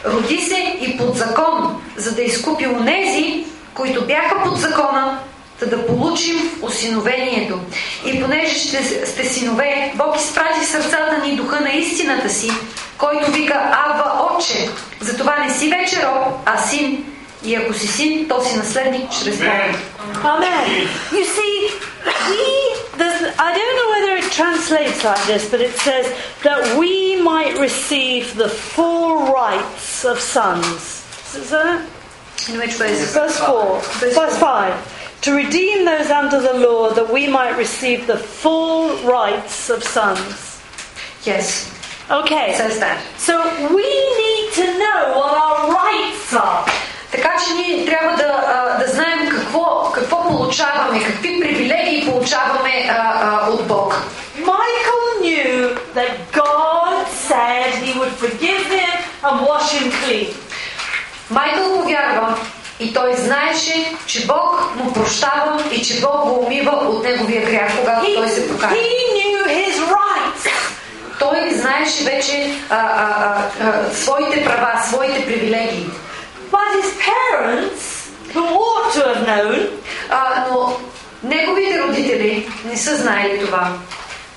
[SPEAKER 2] Роди се и под закон, за да изкупи онези, които бяха под закона, за да получим осиновението. И понеже ще сте синове, Бог изпрати в сърцата ни духа на истината си, който вика Ава Отче. Затова не си вече роб, а син. И ако си син, то си наследник чрез Бога. Uh,
[SPEAKER 4] Amen. You see, we, there's, I don't know whether it translates like this, but it says that we might receive the full rights of sons. Is that it?
[SPEAKER 2] In which way is-
[SPEAKER 4] Verse 4, verse 5. To redeem those under the law, that we might receive the full rights of sons.
[SPEAKER 2] Yes, it
[SPEAKER 4] Okay,
[SPEAKER 2] says that.
[SPEAKER 4] so we need to know what our rights are.
[SPEAKER 2] Така че ние трябва да, а, да знаем какво, какво получаваме, какви привилегии получаваме а, а, от Бог.
[SPEAKER 4] Michael knew that God said he would forgive him and wash him clean.
[SPEAKER 2] Майкъл повярва и той знаеше, че Бог му прощава и че Бог го умива от неговия грях, когато
[SPEAKER 4] He,
[SPEAKER 2] той се покая.
[SPEAKER 4] he knew his rights.
[SPEAKER 2] Той знаеше вече а, а, а, а, своите права, своите привилегии.
[SPEAKER 4] But his parents, who ought to have known,
[SPEAKER 2] А, но неговите родители не са знаели това.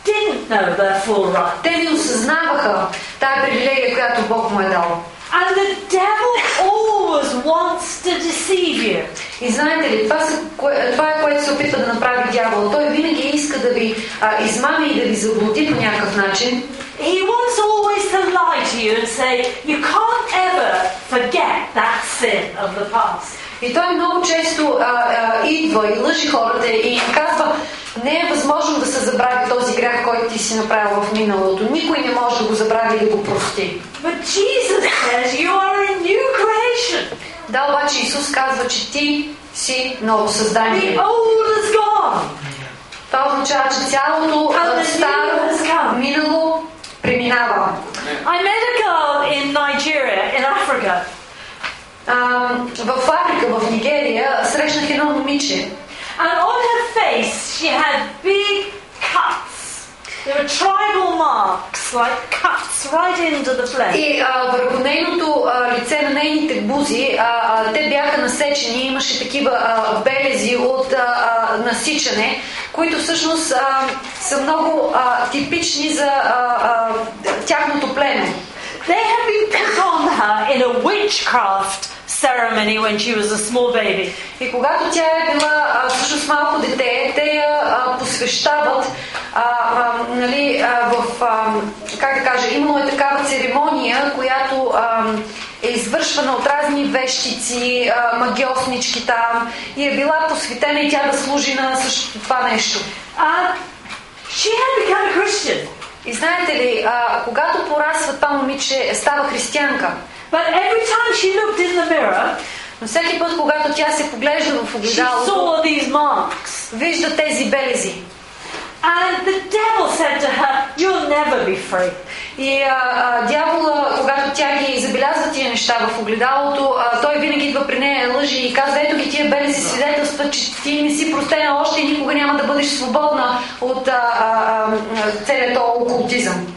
[SPEAKER 4] didn't know their full rights.
[SPEAKER 2] Те не осъзнаваха тая привилегия, която Бог му е дал.
[SPEAKER 4] And the devil always wants to deceive you.
[SPEAKER 2] И знаете ли, това, са, кое- това е което се опитва да направи дявол. Той винаги иска да ви а, измами и да ви заблуди по някакъв начин.
[SPEAKER 4] He wants always to lie to you and say, you can't ever forget that sin of the past.
[SPEAKER 2] И той много често а, а, идва и лъжи хората и им казва, не е възможно да се забрави този грях, който ти си направил в миналото. Никой не може да го забрави и да го прости.
[SPEAKER 4] But Jesus says you are a new creation.
[SPEAKER 2] Да, обаче Исус казва, че ти си ново
[SPEAKER 4] The
[SPEAKER 2] създание.
[SPEAKER 4] old is gone.
[SPEAKER 2] Това означава, че цялото а, старо минало преминава.
[SPEAKER 4] I met a girl in Nigeria, in Africa,
[SPEAKER 2] А, в Африка, в Нигерия, срещнах едно момиче.
[SPEAKER 4] and on her face she had big cuts. There were tribal marks, like cuts right into the flesh.
[SPEAKER 2] И а, върху нейното а, лице, на нейните бузи, а, а, те бяха насечени, имаше такива а, белези от а, а, насичане, които всъщност а, са много а, типични за а, а, тяхното племе.
[SPEAKER 4] They had been put on her in a witchcraft ceremony when she was a small baby.
[SPEAKER 2] И когато тя е била а, всъщност малко дете, те я а, посвещават а, а, нали, а, в, а, как да кажа, имало е такава церемония, която а, е извършвана от разни вещици, а, магиоснички там и е била посветена и тя да служи на същото това нещо.
[SPEAKER 4] And Uh, she had become a Christian.
[SPEAKER 2] И знаете ли, а, когато порасва това момиче, става християнка.
[SPEAKER 4] But every time she looked in the mirror,
[SPEAKER 2] Но всеки път, когато тя се поглежда в
[SPEAKER 4] she
[SPEAKER 2] огледалото,
[SPEAKER 4] saw these marks.
[SPEAKER 2] вижда тези белези.
[SPEAKER 4] And the devil said to her, You'll never be free.
[SPEAKER 2] И а, а, дявола, когато тя ги забелязва тия неща в огледалото, а, той винаги идва при нея, лъжи и казва, ето ги тия белези свидетелстват, че ти не си простена още и никога няма да бъдеш свободна от а, а, а, целият този окултизъм.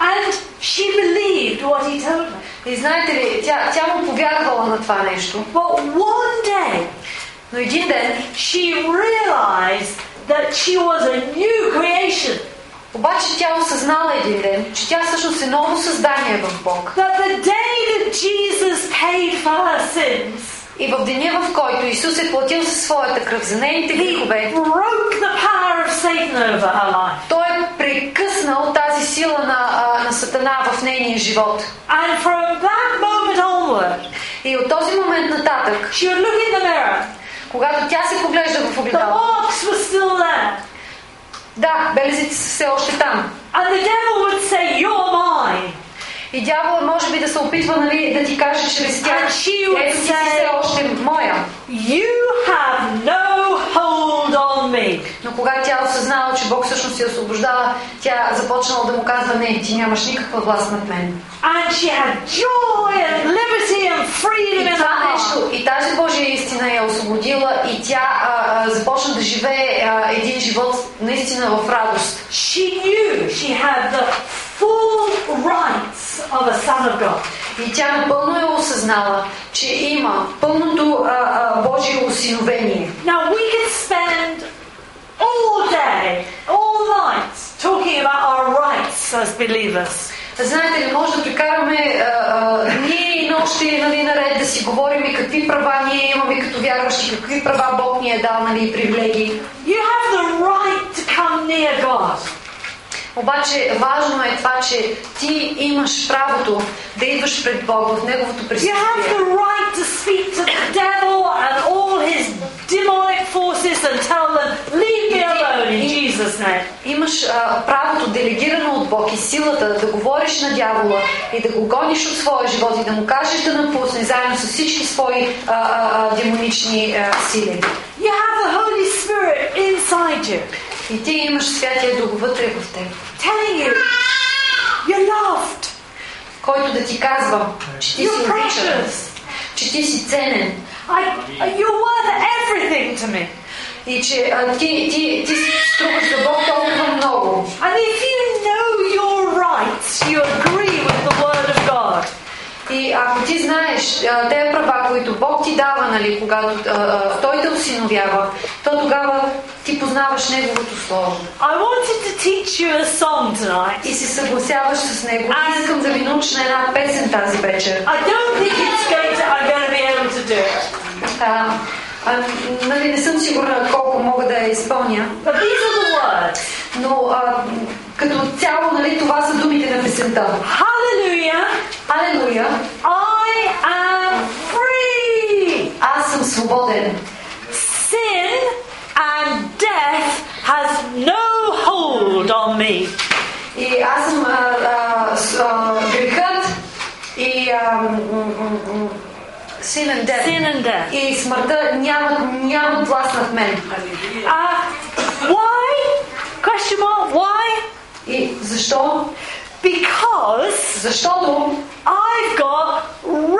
[SPEAKER 4] And she believed what he told her.
[SPEAKER 2] И знаете ли, тя, тя му повярвала на това нещо.
[SPEAKER 4] But one day,
[SPEAKER 2] Но един ден,
[SPEAKER 4] she realized that she was a new creation,
[SPEAKER 2] обаче тя осъзнала един ден, че тя всъщност е ново създание в Бог.
[SPEAKER 4] that the day that Jesus paid for her sins,
[SPEAKER 2] И в деня, в който Исус е платил със своята кръв за нейните
[SPEAKER 4] he
[SPEAKER 2] грехове,
[SPEAKER 4] broke the power of Satan over her life.
[SPEAKER 2] Той е прекъснал тази сила на, а, на Сатана в нейния живот.
[SPEAKER 4] And from that moment onward,
[SPEAKER 2] И от този момент нататък,
[SPEAKER 4] she would look in the mirror.
[SPEAKER 2] когато тя се поглежда в
[SPEAKER 4] The
[SPEAKER 2] огледалото,
[SPEAKER 4] marks were still there.
[SPEAKER 2] да, белезите са все още там.
[SPEAKER 4] And the devil would say, You're mine.
[SPEAKER 2] И дявола може би да се опитва нали, да ти каже чрез тях,
[SPEAKER 4] And she would
[SPEAKER 2] ето ти си все
[SPEAKER 4] say-
[SPEAKER 2] още моя.
[SPEAKER 4] You have no hold on me.
[SPEAKER 2] Но когато тя осъзнала, че Бог всъщност я освобождава, тя започнала да му казва, не, ти нямаш никаква власт над мен.
[SPEAKER 4] And she had joy and liberty and freedom
[SPEAKER 2] И
[SPEAKER 4] in her
[SPEAKER 2] това
[SPEAKER 4] heart.
[SPEAKER 2] нещо, и тази Божия истина я освободила и тя а, а, започна да живее а, един живот наистина в радост.
[SPEAKER 4] She knew she had the full rights of a son of God.
[SPEAKER 2] И тя напълно е осъзнала, че има пълното а, а, Божие осиновение.
[SPEAKER 4] Now we can spend all day, all night talking about our rights as believers.
[SPEAKER 2] Знаете ли, може да прекараме а, а, дни и нощи нали, наред да си говорим и какви права ние имаме като вярващи, какви права Бог ни е дал, нали, и привилегии.
[SPEAKER 4] You have the right to come near God.
[SPEAKER 2] Обаче важно е това, че ти имаш правото да идваш пред Бог в Неговото
[SPEAKER 4] You have
[SPEAKER 2] присъствие.
[SPEAKER 4] the right to speak to the devil and all his demonic forces and tell them, leave me alone in Jesus' name.
[SPEAKER 2] Имаш а, правото, делегирано от Бог и силата да говориш на дявола и да го гониш от своя живот и да му кажеш да напусне заедно с всички свои а, а, а, демонични а, сили.
[SPEAKER 4] You have the Holy Spirit inside you,
[SPEAKER 2] И ти имаш Святия Дух вътре в теб,
[SPEAKER 4] telling you you're loved,
[SPEAKER 2] който да ти казва, че ти си
[SPEAKER 4] you're
[SPEAKER 2] обичан,
[SPEAKER 4] precious,
[SPEAKER 2] че ти си ценен
[SPEAKER 4] I, you're worth everything to me.
[SPEAKER 2] и че а, ти, ти, ти си струваш за Бог толкова много.
[SPEAKER 4] And if you know your rights, you agree with the Word of God.
[SPEAKER 2] И ако ти знаеш а, те права, които Бог ти дава, нали, когато а, а, Той те осиновява, то тогава ти познаваш Неговото Слово.
[SPEAKER 4] I wanted to teach you a song tonight.
[SPEAKER 2] и се съгласяваш с него.
[SPEAKER 4] Аз-
[SPEAKER 2] Аз искам да ви науча на една песен тази вечер.
[SPEAKER 4] I don't think it's going to, I'm going to be able to do it.
[SPEAKER 2] А, А, нали, не съм сигурна колко мога да я изпълня.
[SPEAKER 4] But these are the words.
[SPEAKER 2] Но а, като цяло, нали, това са думите на песента.
[SPEAKER 4] Hallelujah.
[SPEAKER 2] Алелуя!
[SPEAKER 4] I am free.
[SPEAKER 2] Аз съм свободен.
[SPEAKER 4] Sin and death has no hold on me.
[SPEAKER 2] И аз съм а, а, с, а, грехът и а, м- м- м- sin and death.
[SPEAKER 4] Sin and death.
[SPEAKER 2] И смъртта нямат, нямат власт над мен.
[SPEAKER 4] Uh, why? Question mark. Why?
[SPEAKER 2] И защо?
[SPEAKER 4] Because
[SPEAKER 2] Защото,
[SPEAKER 4] I've got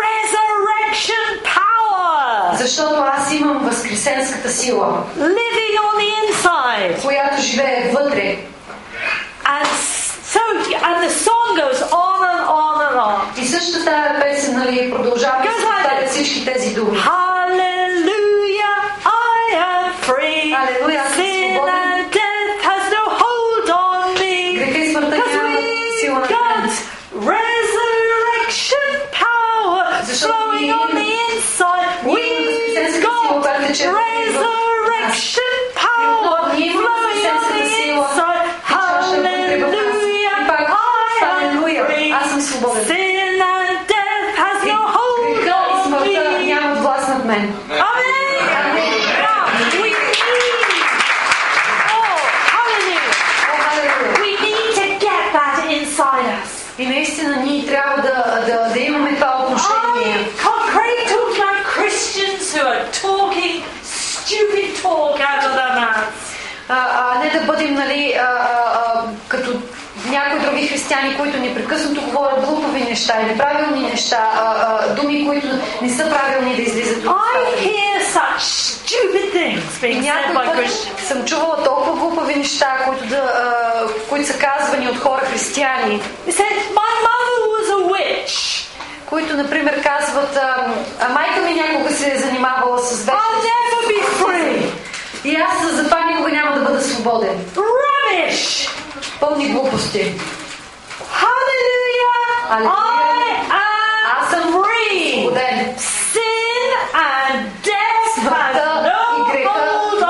[SPEAKER 4] resurrection power
[SPEAKER 2] защото аз имам възкресенската сила,
[SPEAKER 4] living on the inside.
[SPEAKER 2] която живее вътре.
[SPEAKER 4] And so, and the song goes on and on and on.
[SPEAKER 2] И същата тая песен, нали, продължава да се
[SPEAKER 4] Казвате.
[SPEAKER 2] повтаря всички тези думи.
[SPEAKER 4] Hallelujah, I am free.
[SPEAKER 2] Hallelujah, I'm
[SPEAKER 4] Sin
[SPEAKER 2] swollen.
[SPEAKER 4] and death has no hold on me.
[SPEAKER 2] Греха и смъртта
[SPEAKER 4] Because
[SPEAKER 2] нямат сила над
[SPEAKER 4] we've
[SPEAKER 2] мен.
[SPEAKER 4] got resurrection power
[SPEAKER 2] Защото
[SPEAKER 4] flowing
[SPEAKER 2] ние
[SPEAKER 4] on the inside. We've got resurrection power
[SPEAKER 2] Ние имаме
[SPEAKER 4] flowing on the
[SPEAKER 2] възкресенската сила,
[SPEAKER 4] inside.
[SPEAKER 2] чаша вътре в нас. И
[SPEAKER 4] Hallelujah,
[SPEAKER 2] пак,
[SPEAKER 4] I am
[SPEAKER 2] Алелуя,
[SPEAKER 4] free.
[SPEAKER 2] аз съм свободен.
[SPEAKER 4] Sin and death has no hold
[SPEAKER 2] Греха и
[SPEAKER 4] on
[SPEAKER 2] смъртта
[SPEAKER 4] me.
[SPEAKER 2] нямат власт над мен.
[SPEAKER 4] Amen. Now, we need, oh, hallelujah.
[SPEAKER 2] О, алелуя!
[SPEAKER 4] We need to get that inside us.
[SPEAKER 2] И наистина ние трябва да, да, да имаме това
[SPEAKER 4] I
[SPEAKER 2] отношение.
[SPEAKER 4] can't crave talk like Christians who are talking stupid talk out of their mouths.
[SPEAKER 2] А, а, не да бъдем, нали, а, а, а, като някои други християни, които непрекъснато говорят глупави неща и неправилни неща, а, а, думи, които не са правилни да излизат от
[SPEAKER 4] I
[SPEAKER 2] устата.
[SPEAKER 4] hear such stupid things
[SPEAKER 2] И
[SPEAKER 4] being said
[SPEAKER 2] някой
[SPEAKER 4] by
[SPEAKER 2] път
[SPEAKER 4] Christians.
[SPEAKER 2] съм чувала толкова глупави неща, които, да, а, които са казвани от хора християни,
[SPEAKER 4] They said, My mother was a witch.
[SPEAKER 2] които, например, казват, а, а майка ми някога се е занимавала с
[SPEAKER 4] I'll
[SPEAKER 2] вече.
[SPEAKER 4] never be free.
[SPEAKER 2] И аз за това никога няма да бъда свободен.
[SPEAKER 4] Rubbish.
[SPEAKER 2] Пълни глупости.
[SPEAKER 4] Hallelujah.
[SPEAKER 2] Hallelujah.
[SPEAKER 4] I
[SPEAKER 2] Аз
[SPEAKER 4] am
[SPEAKER 2] съм
[SPEAKER 4] free.
[SPEAKER 2] свободен.
[SPEAKER 4] Sin and death has
[SPEAKER 2] Смъртта
[SPEAKER 4] no
[SPEAKER 2] и
[SPEAKER 4] hold
[SPEAKER 2] греха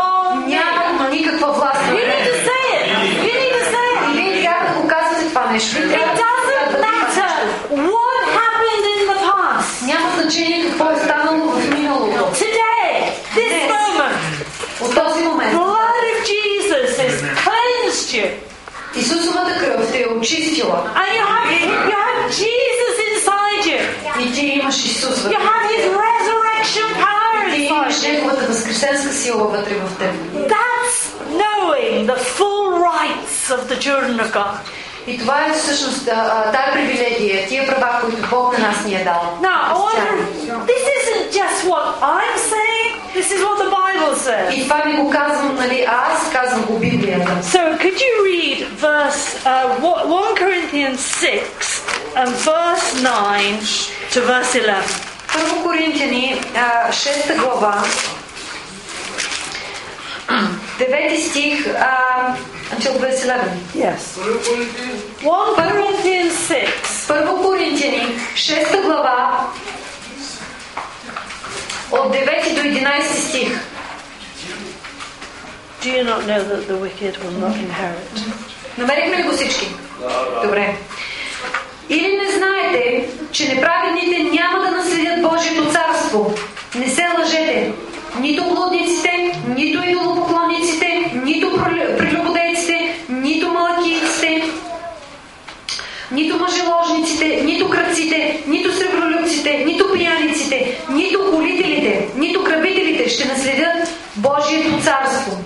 [SPEAKER 4] on me.
[SPEAKER 2] няма никаква власт.
[SPEAKER 4] You need to say it. You need to say
[SPEAKER 2] И
[SPEAKER 4] it.
[SPEAKER 2] вие трябва да го казвате това нещо. Вие
[SPEAKER 4] It
[SPEAKER 2] трябва да
[SPEAKER 4] doesn't
[SPEAKER 2] казвате това
[SPEAKER 4] matter
[SPEAKER 2] нещо.
[SPEAKER 4] what happened in the past.
[SPEAKER 2] Няма значение какво е станало в миналото.
[SPEAKER 4] Today, this
[SPEAKER 2] Yes.
[SPEAKER 4] moment,
[SPEAKER 2] От този
[SPEAKER 4] the
[SPEAKER 2] момент
[SPEAKER 4] blood of Jesus has cleansed you.
[SPEAKER 2] Исусовата кръв те е очистила
[SPEAKER 4] And you have, you have Jesus inside you.
[SPEAKER 2] и ти имаш Исус вътре.
[SPEAKER 4] You have his resurrection power
[SPEAKER 2] Ти имаш
[SPEAKER 4] inside you.
[SPEAKER 2] Неговата възкресенска сила вътре в теб.
[SPEAKER 4] That's knowing the full rights of the children of God.
[SPEAKER 2] И това е всъщност а, а, тая привилегия, тия права, които Бог на нас ни е дал.
[SPEAKER 4] Now, I want
[SPEAKER 2] Християни.
[SPEAKER 4] to, this isn't just what I'm saying, this is what the Bible says.
[SPEAKER 2] И това ви го казвам, нали, а аз казвам го Библията.
[SPEAKER 6] So, could you read verse uh, wa- 1 Corinthians 6 and verse 9 to verse 11?
[SPEAKER 2] Първо Коринтияни, а, 6 глава, 9 стих, а, значи until verse 11.
[SPEAKER 6] Yes.
[SPEAKER 5] Първо Коринтин,
[SPEAKER 6] 1 Corinthians 6.
[SPEAKER 2] Първо Коринтияни, 6 глава, от 9 до 11 стих.
[SPEAKER 6] Do you not know that the wicked will not inherit?
[SPEAKER 2] Намерихме ли го всички? Добре. Или не знаете, че неправедните няма да наследят Божието царство. Не се лъжете. Нито блудниците, нито идолопоклонниците, нито прелю- прелюбодейците, нито малакиците, нито мъжеложниците, нито кръците, нито сребролюбците, нито пияниците, нито колителите, нито грабителите ще наследят Божието царство.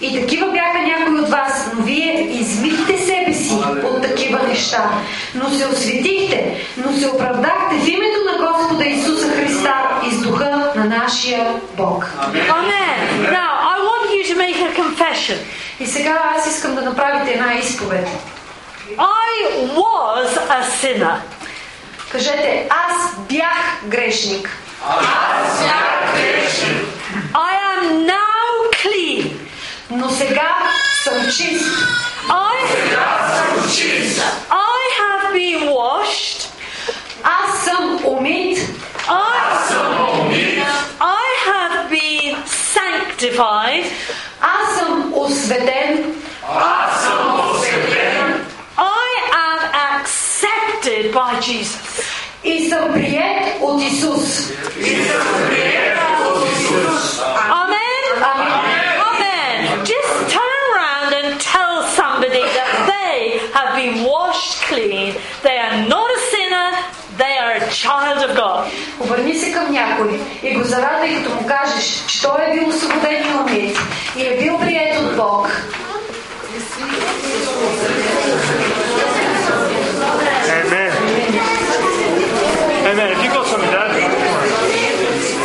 [SPEAKER 2] И такива бяха някои от вас, но вие измихте себе си от такива неща, но се осветихте, но се оправдахте в името на Господа Исуса Христа и с духа на нашия Бог.
[SPEAKER 4] Amen. Now, I want you to make a confession.
[SPEAKER 2] И сега аз искам да направите една изповед.
[SPEAKER 4] I was a sinner.
[SPEAKER 2] Кажете, аз бях грешник.
[SPEAKER 4] I am now clean.
[SPEAKER 2] Но сега съм чист.
[SPEAKER 4] I, I have been washed.
[SPEAKER 2] Аз съм умит.
[SPEAKER 4] I, I have been sanctified.
[SPEAKER 2] Аз съм осветен,
[SPEAKER 5] Аз съм осветен
[SPEAKER 4] I am accepted by Jesus.
[SPEAKER 2] и съм прият от Исус.
[SPEAKER 5] и съм прият от Исус.
[SPEAKER 4] Amen.
[SPEAKER 2] Amen.
[SPEAKER 4] Amen. Just turn around and tell somebody that they have been washed clean. They are not a sinner. They are a child of God.
[SPEAKER 2] Обърни се към някой и го зарадай, като му кажеш, че той е бил освободен и умит и е бил прият от Бог.
[SPEAKER 1] Amen. Amen. If you've got something, Dad.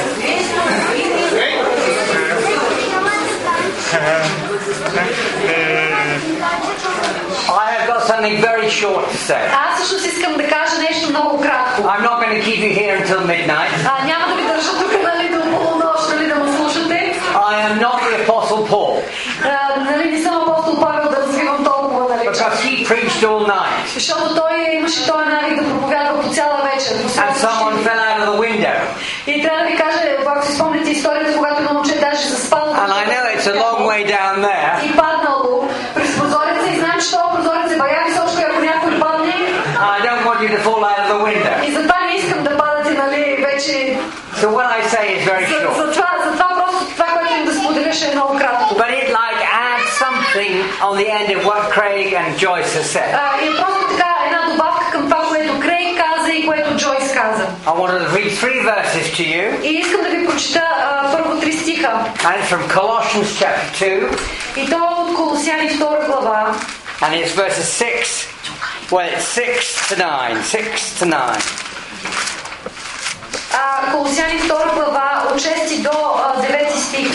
[SPEAKER 7] I have got something very short to say.
[SPEAKER 2] Аз всъщност искам да кажа нещо много кратко.
[SPEAKER 7] I'm not going to keep you here until midnight.
[SPEAKER 2] А, няма да ви държа тук, нали, до полунощ, нали, да ме слушате.
[SPEAKER 7] I am not the Apostle Paul
[SPEAKER 2] А, нали, не съм апостол Павел да развивам толкова, нали,
[SPEAKER 7] because he preached all night
[SPEAKER 2] Защото той имаше този навик да проповядва по цяла вечер. по цяла
[SPEAKER 7] and someone
[SPEAKER 2] нощ.
[SPEAKER 7] fell out of the window.
[SPEAKER 2] И трябва да ви кажа, ако си спомняте историята, когато едно момче даже заспал.
[SPEAKER 7] And I know it's a long way down there.
[SPEAKER 2] И паднало през прозореца и знаем, че този прозорец е бая височко и ако някой падне.
[SPEAKER 7] I don't want you to fall out of the window.
[SPEAKER 2] И затова не искам да падате, нали, вече.
[SPEAKER 7] So what I say is very
[SPEAKER 2] За-
[SPEAKER 7] short.
[SPEAKER 2] Затова, затова просто това, което им да споделя, ще е много кратко.
[SPEAKER 7] But it like adds something on the end of what Craig and Joyce have said.
[SPEAKER 2] А, и е просто така една добавка към това, което Крей каза и което Джойс каза.
[SPEAKER 7] I wanted to read three verses to you.
[SPEAKER 2] И искам да ви прочита а, първо три стиха.
[SPEAKER 7] And it's from Colossians chapter 2,
[SPEAKER 2] И то е от Колосяни 2 глава,
[SPEAKER 7] and it's verses 6, well, it's 6 to 9, 6 to 9.
[SPEAKER 2] А, Колосяни 2 глава от 6 до а, 9 стих.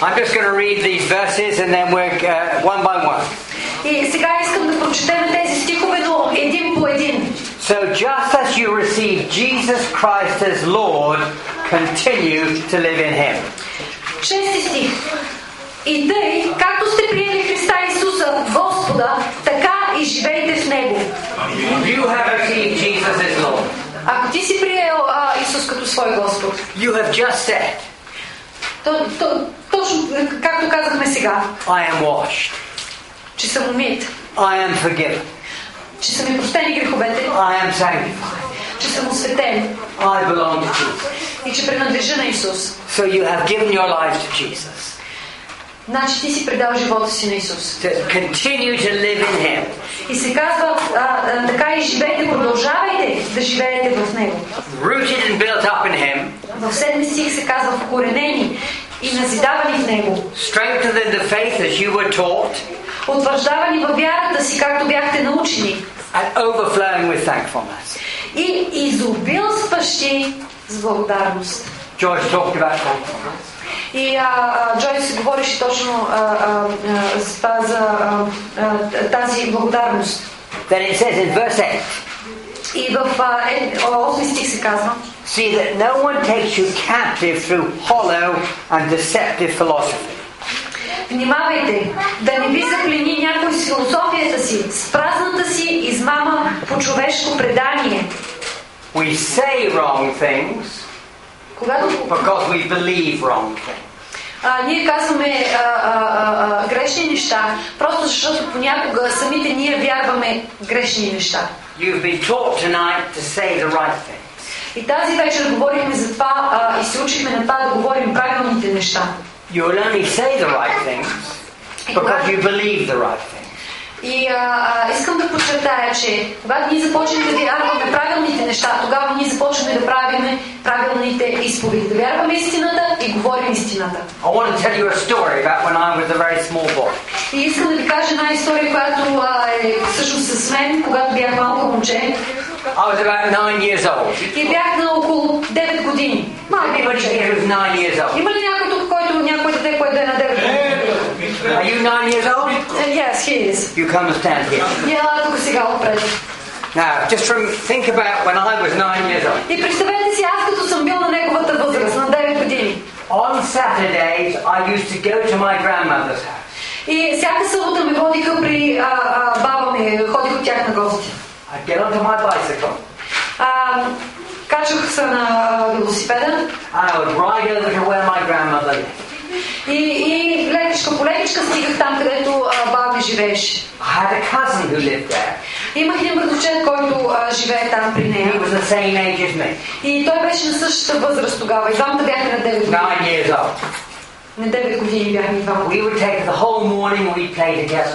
[SPEAKER 7] I'm just going to read these verses and then we're uh, one by one.
[SPEAKER 2] И сега искам да прочетем тези стихове, но един по един.
[SPEAKER 7] So just as you receive Jesus Christ as Lord, continue to live in Him.
[SPEAKER 2] Шести стих. И тъй, както сте приели Христа Исуса, Господа, така и живейте в Него.
[SPEAKER 7] You have received Jesus as Lord.
[SPEAKER 2] Ако ти си приел а, Исус като свой Господ,
[SPEAKER 7] You have just said,
[SPEAKER 2] то, то, точно е, както казахме сега,
[SPEAKER 7] I am washed.
[SPEAKER 2] че съм умит,
[SPEAKER 7] I am forgiven.
[SPEAKER 2] че са ми простени греховете,
[SPEAKER 7] I am sanctified.
[SPEAKER 2] че съм осветен
[SPEAKER 7] I belong to Jesus.
[SPEAKER 2] и че принадлежа на Исус.
[SPEAKER 7] So you have given your life to Jesus.
[SPEAKER 2] Значи ти си предал живота си на Исус.
[SPEAKER 7] To continue to live in Him.
[SPEAKER 2] И се казва, а, а, така и живеете, продължавайте да живеете в него.
[SPEAKER 7] Rooted and буilt up in Him.
[SPEAKER 2] В седми стих се казва, вкоренени и назидавани в него,
[SPEAKER 7] Strengthened in the faith as you were taught.
[SPEAKER 2] утвърждавани във вярата си, както бяхте научени,
[SPEAKER 7] And overflowing with thankfulness.
[SPEAKER 2] и изобилстващи с благодарност.
[SPEAKER 7] George talked about thankfulness.
[SPEAKER 2] И а, а, Джойс си говореше точно а, а, а, за, това- за а, а, тази благодарност.
[SPEAKER 7] Then it says in verse 8,
[SPEAKER 2] И в а, е, 8 стих се казва,
[SPEAKER 7] See that no one takes you captive through hollow and deceptive philosophy.
[SPEAKER 2] Внимавайте, да не ви заплени някой с философията си, с празната си измама по човешко предание.
[SPEAKER 7] We say wrong things
[SPEAKER 2] Когато
[SPEAKER 7] because we believe wrong things.
[SPEAKER 2] а, ние казваме а, а, а, а, грешни неща, просто защото понякога самите ние вярваме грешни неща.
[SPEAKER 7] You've been taught tonight to say the right thing.
[SPEAKER 2] И тази вечер говорихме за това а, и се учихме на това да говорим правилните неща.
[SPEAKER 7] You will only say the right things because you believe the right thing.
[SPEAKER 2] И а, а, искам да подчертая, че когато ние започнем да вярваме правилните неща, тогава ние започваме да правим правилните изповеди. Да вярваме истината и говорим истината.
[SPEAKER 7] I want to tell you a story about when I was a very small boy.
[SPEAKER 2] И искам да ви кажа една история, която а, е всъщност с мен, когато бях малко момче.
[SPEAKER 7] I was about nine years old.
[SPEAKER 2] И бях на около 9 години. Малко
[SPEAKER 7] Anybody
[SPEAKER 2] момче.
[SPEAKER 7] here who's nine years old?
[SPEAKER 2] Има ли някой тук, който някой дете, който е на 9 години?
[SPEAKER 7] Are you nine years old?
[SPEAKER 2] Yes, he is.
[SPEAKER 7] You come and stand here.
[SPEAKER 2] И ела тук сега отпред.
[SPEAKER 7] Now, just from think about when I was nine years old.
[SPEAKER 2] И представете си, аз като съм бил на неговата възраст, на 9 години.
[SPEAKER 7] On Saturdays, I used to go to my grandmother's house.
[SPEAKER 2] И всяка събота ме водиха при а, а, баба ми, ходих от тях на гости.
[SPEAKER 7] I'd get onto my bicycle
[SPEAKER 2] А, Качвах се на велосипеда
[SPEAKER 7] and I would ride over to where my grandmother lived.
[SPEAKER 2] и, и лекичка по лекичка стигах там, където а, баба ми живееше.
[SPEAKER 7] I had a cousin who lived there.
[SPEAKER 2] Имах един братовчет, който а, живее там при
[SPEAKER 7] He
[SPEAKER 2] нея.
[SPEAKER 7] was the same age as me,
[SPEAKER 2] И той беше на същата възраст тогава. И двамата бяха на 9 години.
[SPEAKER 7] nine years old.
[SPEAKER 2] На 9 години бяхме и двамата.
[SPEAKER 7] We would take the whole morning and we'd play together.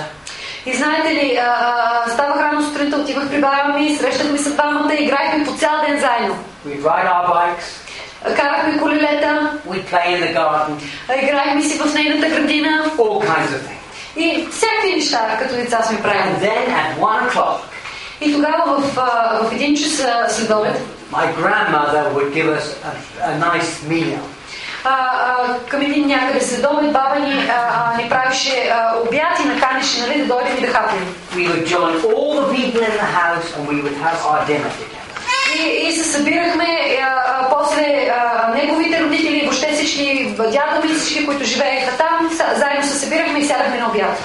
[SPEAKER 2] И знаете ли, а, а, ставах рано сутринта, отивах при баба ми, срещахме се двамата, играхме по цял ден заедно.
[SPEAKER 7] We'd ride our bikes,
[SPEAKER 2] Карахме колелета,
[SPEAKER 7] we'd play in the garden,
[SPEAKER 2] а, играхме си в нейната градина
[SPEAKER 7] all kinds of things.
[SPEAKER 2] и всякакви неща като деца сме правили.
[SPEAKER 7] And then at one o'clock,
[SPEAKER 2] И тогава в, а, в един час а, след обед
[SPEAKER 7] my grandmother would give us a, a nice meal.
[SPEAKER 2] а, а, към един някъде след обед баба ни, а, а, ни правише а, обяд и наканеше нали, да дойдем и да хапнем.
[SPEAKER 7] We would join all the people in the house and we would have our dinner together.
[SPEAKER 2] И, и се събирахме а, а, после а, неговите родители, въобще всички дядо ми, всички, които живееха там, са- заедно се събирахме и сядахме на обяд.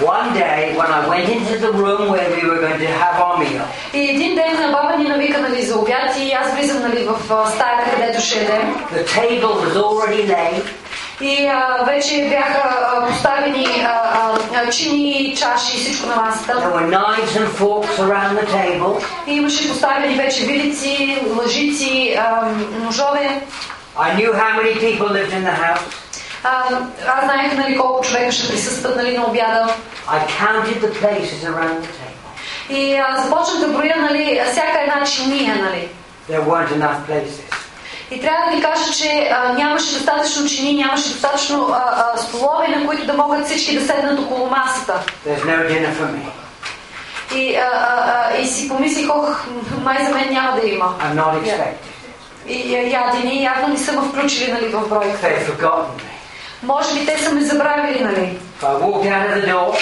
[SPEAKER 7] One day, when I went into the room where we were going to have our meal,
[SPEAKER 2] И един ден а, баба ни навика нали, за обяд и аз влизам нали, в а, стаята, където ще ядем.
[SPEAKER 7] the table was already laid,
[SPEAKER 2] И а, вече бяха а, поставени а, а, а, чини, чаши и всичко на масата.
[SPEAKER 7] there were knives and forks around the table.
[SPEAKER 2] И имаше поставени вече вилици, лъжици, а, ножове.
[SPEAKER 7] I knew how many people lived in the house.
[SPEAKER 2] А, аз знаех нали, колко човека ще присъстват нали, на обяда.
[SPEAKER 7] I counted the places around the table.
[SPEAKER 2] И а, започнах да броя нали, всяка една чиния. Нали.
[SPEAKER 7] There weren't enough places.
[SPEAKER 2] И трябва да ви кажа, че а, нямаше достатъчно чини, нямаше достатъчно а, а, столове, на които да могат всички да седнат около масата.
[SPEAKER 7] There's no dinner for me.
[SPEAKER 2] И, а, а, а, и си помислих, ох, май за мен няма да има.
[SPEAKER 7] I'm not expected.
[SPEAKER 2] И а, ядени явно не са ме включили нали, в бройка.
[SPEAKER 7] They've forgotten me.
[SPEAKER 2] Може би те са ме забравили, нали?
[SPEAKER 7] If I walked out of the door,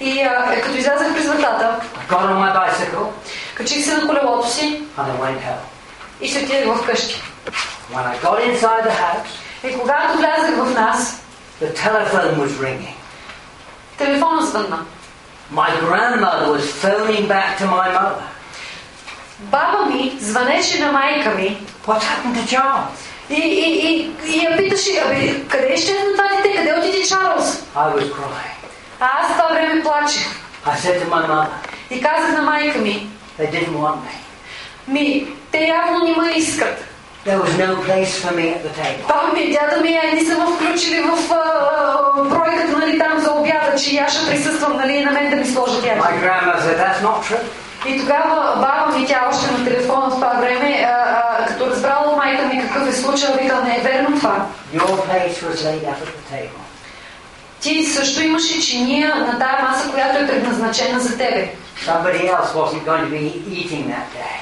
[SPEAKER 2] И а, е, като излязах през вратата,
[SPEAKER 7] I got on my bicycle,
[SPEAKER 2] качих се на колелото си
[SPEAKER 7] and I went home.
[SPEAKER 2] и се отидах вкъщи.
[SPEAKER 7] When I got inside the house,
[SPEAKER 2] И когато влязах в нас,
[SPEAKER 7] the telephone was ringing.
[SPEAKER 2] телефона звънна.
[SPEAKER 7] My grandmother was phoning back to my mother.
[SPEAKER 2] Баба ми звънеше на майка ми
[SPEAKER 7] What happened to Charles?
[SPEAKER 2] и, и, и, и я питаше, абе, къде ще е това дете, къде отиде Чарлз?
[SPEAKER 7] I was crying.
[SPEAKER 2] А аз в това време плачех
[SPEAKER 7] I said to my mother,
[SPEAKER 2] и казах на майка ми,
[SPEAKER 7] they didn't want me.
[SPEAKER 2] ми, те явно не ме искат.
[SPEAKER 7] There was no place for me at the table.
[SPEAKER 2] Баба ми и дядо ми а, не са ме включили в а, а, бройката нали, там за обяда, че и аз ще присъствам нали, и на мен да ми сложат ядо.
[SPEAKER 7] My grandmother said, that's not true.
[SPEAKER 2] И тогава баба ми, тя още на телефона в това време, а, а, като разбрала майка ми какъв е случай, вика, не е верно това.
[SPEAKER 7] Your place was laid up at the table.
[SPEAKER 2] Ти също имаше чиния на тая маса, която е предназначена за тебе.
[SPEAKER 7] Somebody else wasn't going to be eating that day.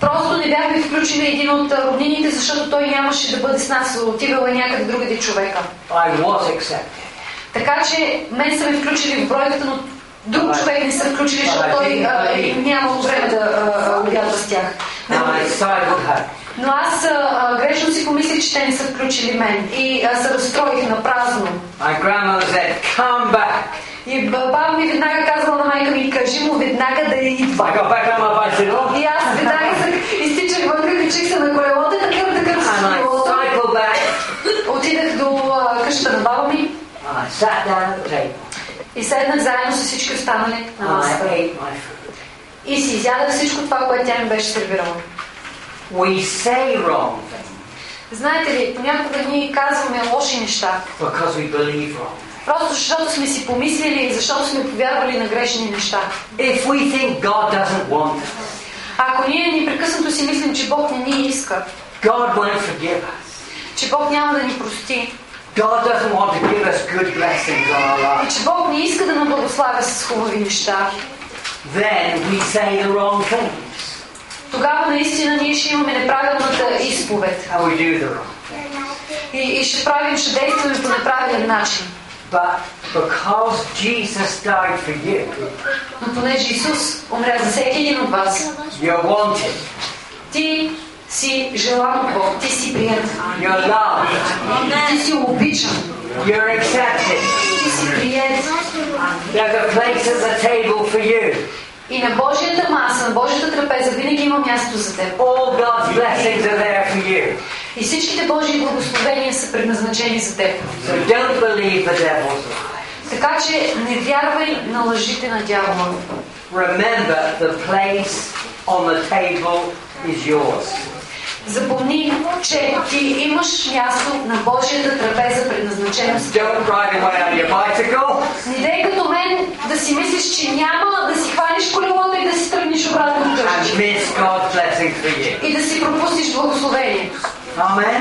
[SPEAKER 2] Просто не бяхме включили един от а, роднините, защото той нямаше да бъде с нас, отивал е някъде другаде човека.
[SPEAKER 7] I was accepted.
[SPEAKER 2] Така че мен са ме включили в бройката, но друг човек не са включили, защото той а, е, няма време да а, а, обядва с тях.
[SPEAKER 7] And I sidled home.
[SPEAKER 2] Но аз а, а, грешно си помислих, че те не са включили мен и а, се разстроих на празно.
[SPEAKER 7] My grandmother said, come back.
[SPEAKER 2] И баба ми веднага казала на майка ми, кажи му веднага да идва.
[SPEAKER 7] I got back on my bicycle
[SPEAKER 2] И аз веднага се изтичах вън, качих се на колелото и такъв такъв с
[SPEAKER 7] and I
[SPEAKER 2] колелото.
[SPEAKER 7] cycled back
[SPEAKER 2] Отидах до а, къщата на баба ми
[SPEAKER 7] and I sat down at the table
[SPEAKER 2] и седнах заедно с всички останали на
[SPEAKER 7] and I
[SPEAKER 2] масата.
[SPEAKER 7] ate my food.
[SPEAKER 2] И си изядах всичко това, което тя ми беше сервирала.
[SPEAKER 7] We say wrong things
[SPEAKER 2] Знаете ли, понякога ние казваме лоши неща,
[SPEAKER 7] because we believe wrong.
[SPEAKER 2] просто защото сме си помислили и защото сме повярвали на грешни неща.
[SPEAKER 7] If we think God doesn't want us,
[SPEAKER 2] Ако ние непрекъснато си мислим, че Бог не ни иска,
[SPEAKER 7] God won't forgive us.
[SPEAKER 2] че Бог няма да ни прости,
[SPEAKER 7] God doesn't want to give us good blessings on our
[SPEAKER 2] и
[SPEAKER 7] lives.
[SPEAKER 2] че Бог не иска да ни благославя с хубави неща,
[SPEAKER 7] Then we say the wrong things
[SPEAKER 2] тогава наистина ние ще имаме неправилната изповед.
[SPEAKER 7] and we do the wrong.
[SPEAKER 2] И, и ще правим, ще действаме по неправилен начин.
[SPEAKER 7] But because Jesus died for you,
[SPEAKER 2] Но понеже Исус умря за всеки един от вас,
[SPEAKER 7] you're wanted,
[SPEAKER 2] ти си желан от Бог, ти си прият,
[SPEAKER 7] you're loved,
[SPEAKER 2] ти си обичан,
[SPEAKER 7] you're accepted.
[SPEAKER 2] ти си прият.
[SPEAKER 7] There's a place at the table for you.
[SPEAKER 2] И на Божията маса, на Божията трапеза винаги има място за теб.
[SPEAKER 7] All God's blessings are there for you.
[SPEAKER 2] И всичките Божии благословения са предназначени за теб.
[SPEAKER 7] So don't believe the devil's lie.
[SPEAKER 2] Така че не вярвай на лъжите на дявола.
[SPEAKER 7] Remember, the place on the table is yours.
[SPEAKER 2] Запомни, че ти имаш място на Божията трапеза, предназначено за теб.
[SPEAKER 7] Don't drive away on your bicycle.
[SPEAKER 2] Не дей като мен да си мислиш, че няма да си хванеш колелото и да си тръгнеш обратно вкъщи.
[SPEAKER 7] and miss God's blessing for you.
[SPEAKER 2] И да си пропуснеш благословение.
[SPEAKER 7] Amen.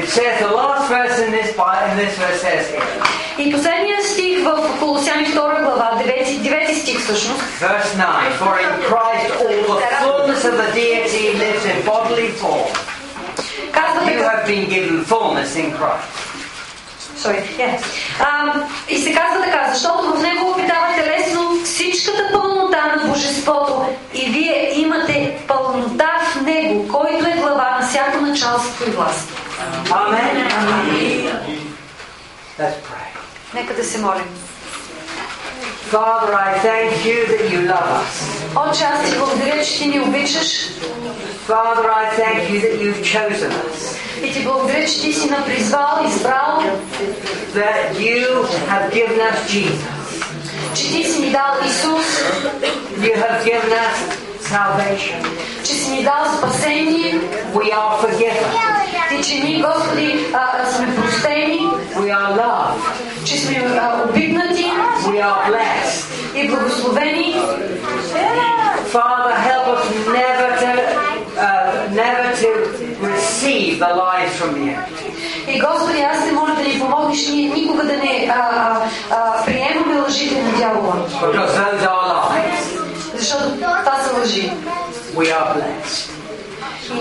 [SPEAKER 7] It says the last verse in this Bi- in this verse says here,
[SPEAKER 2] И последния стих в Колосяни 2 глава, 9, 9 стих всъщност,
[SPEAKER 7] verse nine. For in Christ all the fullness of the deity lives in bodily form.
[SPEAKER 2] казва
[SPEAKER 7] You
[SPEAKER 2] така.
[SPEAKER 7] have been given fullness in Christ.
[SPEAKER 2] Sorry, yes. А, и се казва така, защото в него обитава телесно всичката пълнота на Божеството и вие имате пълнота в него, който е глава на всяко началство и власт.
[SPEAKER 7] Amen. Let's pray.
[SPEAKER 2] Нека да се молим.
[SPEAKER 7] Father, I thank you that you love us.
[SPEAKER 2] Отче, аз ти благодаря, че ти ни обичаш
[SPEAKER 7] Father, I thank you that you've chosen us.
[SPEAKER 2] и ти благодаря, че ти си напризвал, избрал,
[SPEAKER 7] That you have given us Jesus.
[SPEAKER 2] че ти си ни дал Исус,
[SPEAKER 7] You have given us salvation.
[SPEAKER 2] че си ни дал спасение
[SPEAKER 7] We are forgiven.
[SPEAKER 2] и че ние, Господи, а, а, сме простени,
[SPEAKER 7] We are loved.
[SPEAKER 2] че сме а, обиднати
[SPEAKER 7] We are blessed.
[SPEAKER 2] и благословени.
[SPEAKER 7] Father, help us never to, uh, never to receive the lies from the enemy.
[SPEAKER 2] И Господи, аз те моля да ни помогнеш ние никога да не а, а, а, приемаме лъжите на дявола,
[SPEAKER 7] Because those are lies.
[SPEAKER 2] защото това са лъжи.
[SPEAKER 7] We are blessed.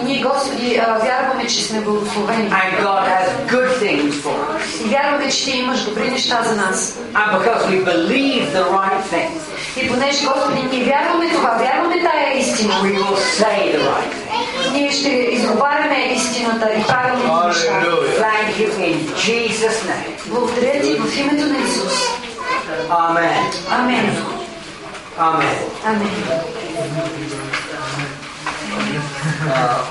[SPEAKER 2] И ние, Господи, а, вярваме, че сме благословени.
[SPEAKER 7] And God has good things for us.
[SPEAKER 2] И вярваме, че Ти имаш добри неща за нас.
[SPEAKER 7] And because we believe the right thing,
[SPEAKER 2] И понеже, Господи, ние вярваме това, вярваме тая истина,
[SPEAKER 7] we will say the right thing.
[SPEAKER 2] ние ще изговаряме истината и правилните неща.
[SPEAKER 7] Thank you in Jesus' name.
[SPEAKER 2] Благодаря Ти в името на Исус.
[SPEAKER 7] Amen.
[SPEAKER 2] Амен.
[SPEAKER 7] Amen.
[SPEAKER 2] Амен.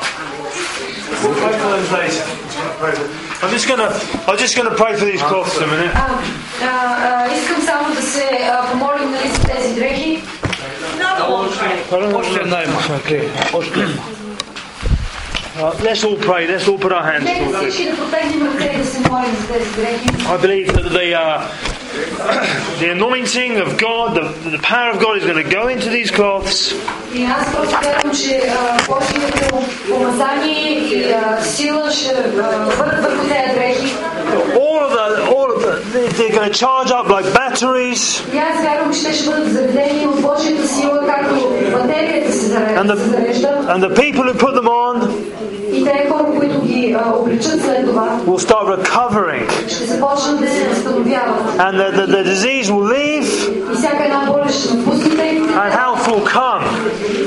[SPEAKER 1] Pray for those ladies. Pray for them. I'm just gonna, I'm just gonna pray for these cloths a minute.
[SPEAKER 2] А, а, а, искам само да се а, помолим нали, за тези дрехи.
[SPEAKER 1] What's their name? Okay. What's their name? Uh, let's all pray. Let's all put our hands
[SPEAKER 2] Нека
[SPEAKER 1] towards this.
[SPEAKER 2] всички да протегнем ръце и да се молим за тези дрехи.
[SPEAKER 1] I believe that the uh, the anointing of God, the, the power of God, is going to go into these cloths.
[SPEAKER 2] И аз просто вярвам, че а, Божието помазание и а, сила ще а, бъдат върху тези дрехи.
[SPEAKER 1] All of the, all of the, they- they're going to charge up like batteries,
[SPEAKER 2] И аз вярвам, че те ще бъдат заведени от Божията сила, както батерията
[SPEAKER 1] and
[SPEAKER 2] се
[SPEAKER 1] the
[SPEAKER 2] зарежда. се зарежда.
[SPEAKER 1] and the people who put them on
[SPEAKER 2] И те е хора, които ги а, обличат след това,
[SPEAKER 1] will start recovering,
[SPEAKER 2] ще започнат да се възстановяват.
[SPEAKER 1] and the, the, the disease will leave,
[SPEAKER 2] И всяка една болест ще напуснете
[SPEAKER 1] and health will come.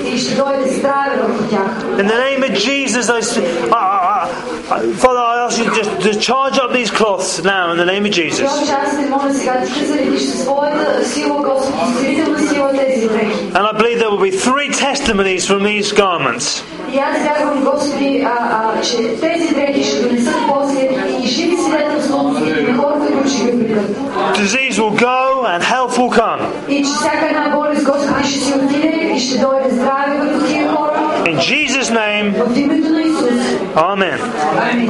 [SPEAKER 2] и ще дойде здраве върху тях.
[SPEAKER 1] In the name of Jesus, I, s- I- I- I- Father, I ask you just to charge up these cloths now in the name of Jesus.
[SPEAKER 2] Йовче, аз те моля сега ти ще заредиш със своята сила, Господи, зрителна сила тези дрехи.
[SPEAKER 1] And I believe there will be three testimonies from these garments.
[SPEAKER 2] И аз вярвам, Господи, а, а, че тези дрехи ще донесат после и живи свидетелство на хора, които ще ги придат.
[SPEAKER 1] Disease will go and health will come.
[SPEAKER 2] И че всяка една болест, Господи, ще си отиде и ще дойде здраве върху тия хора.
[SPEAKER 1] In Jesus' name,
[SPEAKER 2] В името на Исус.
[SPEAKER 1] Amen.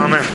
[SPEAKER 1] Amen.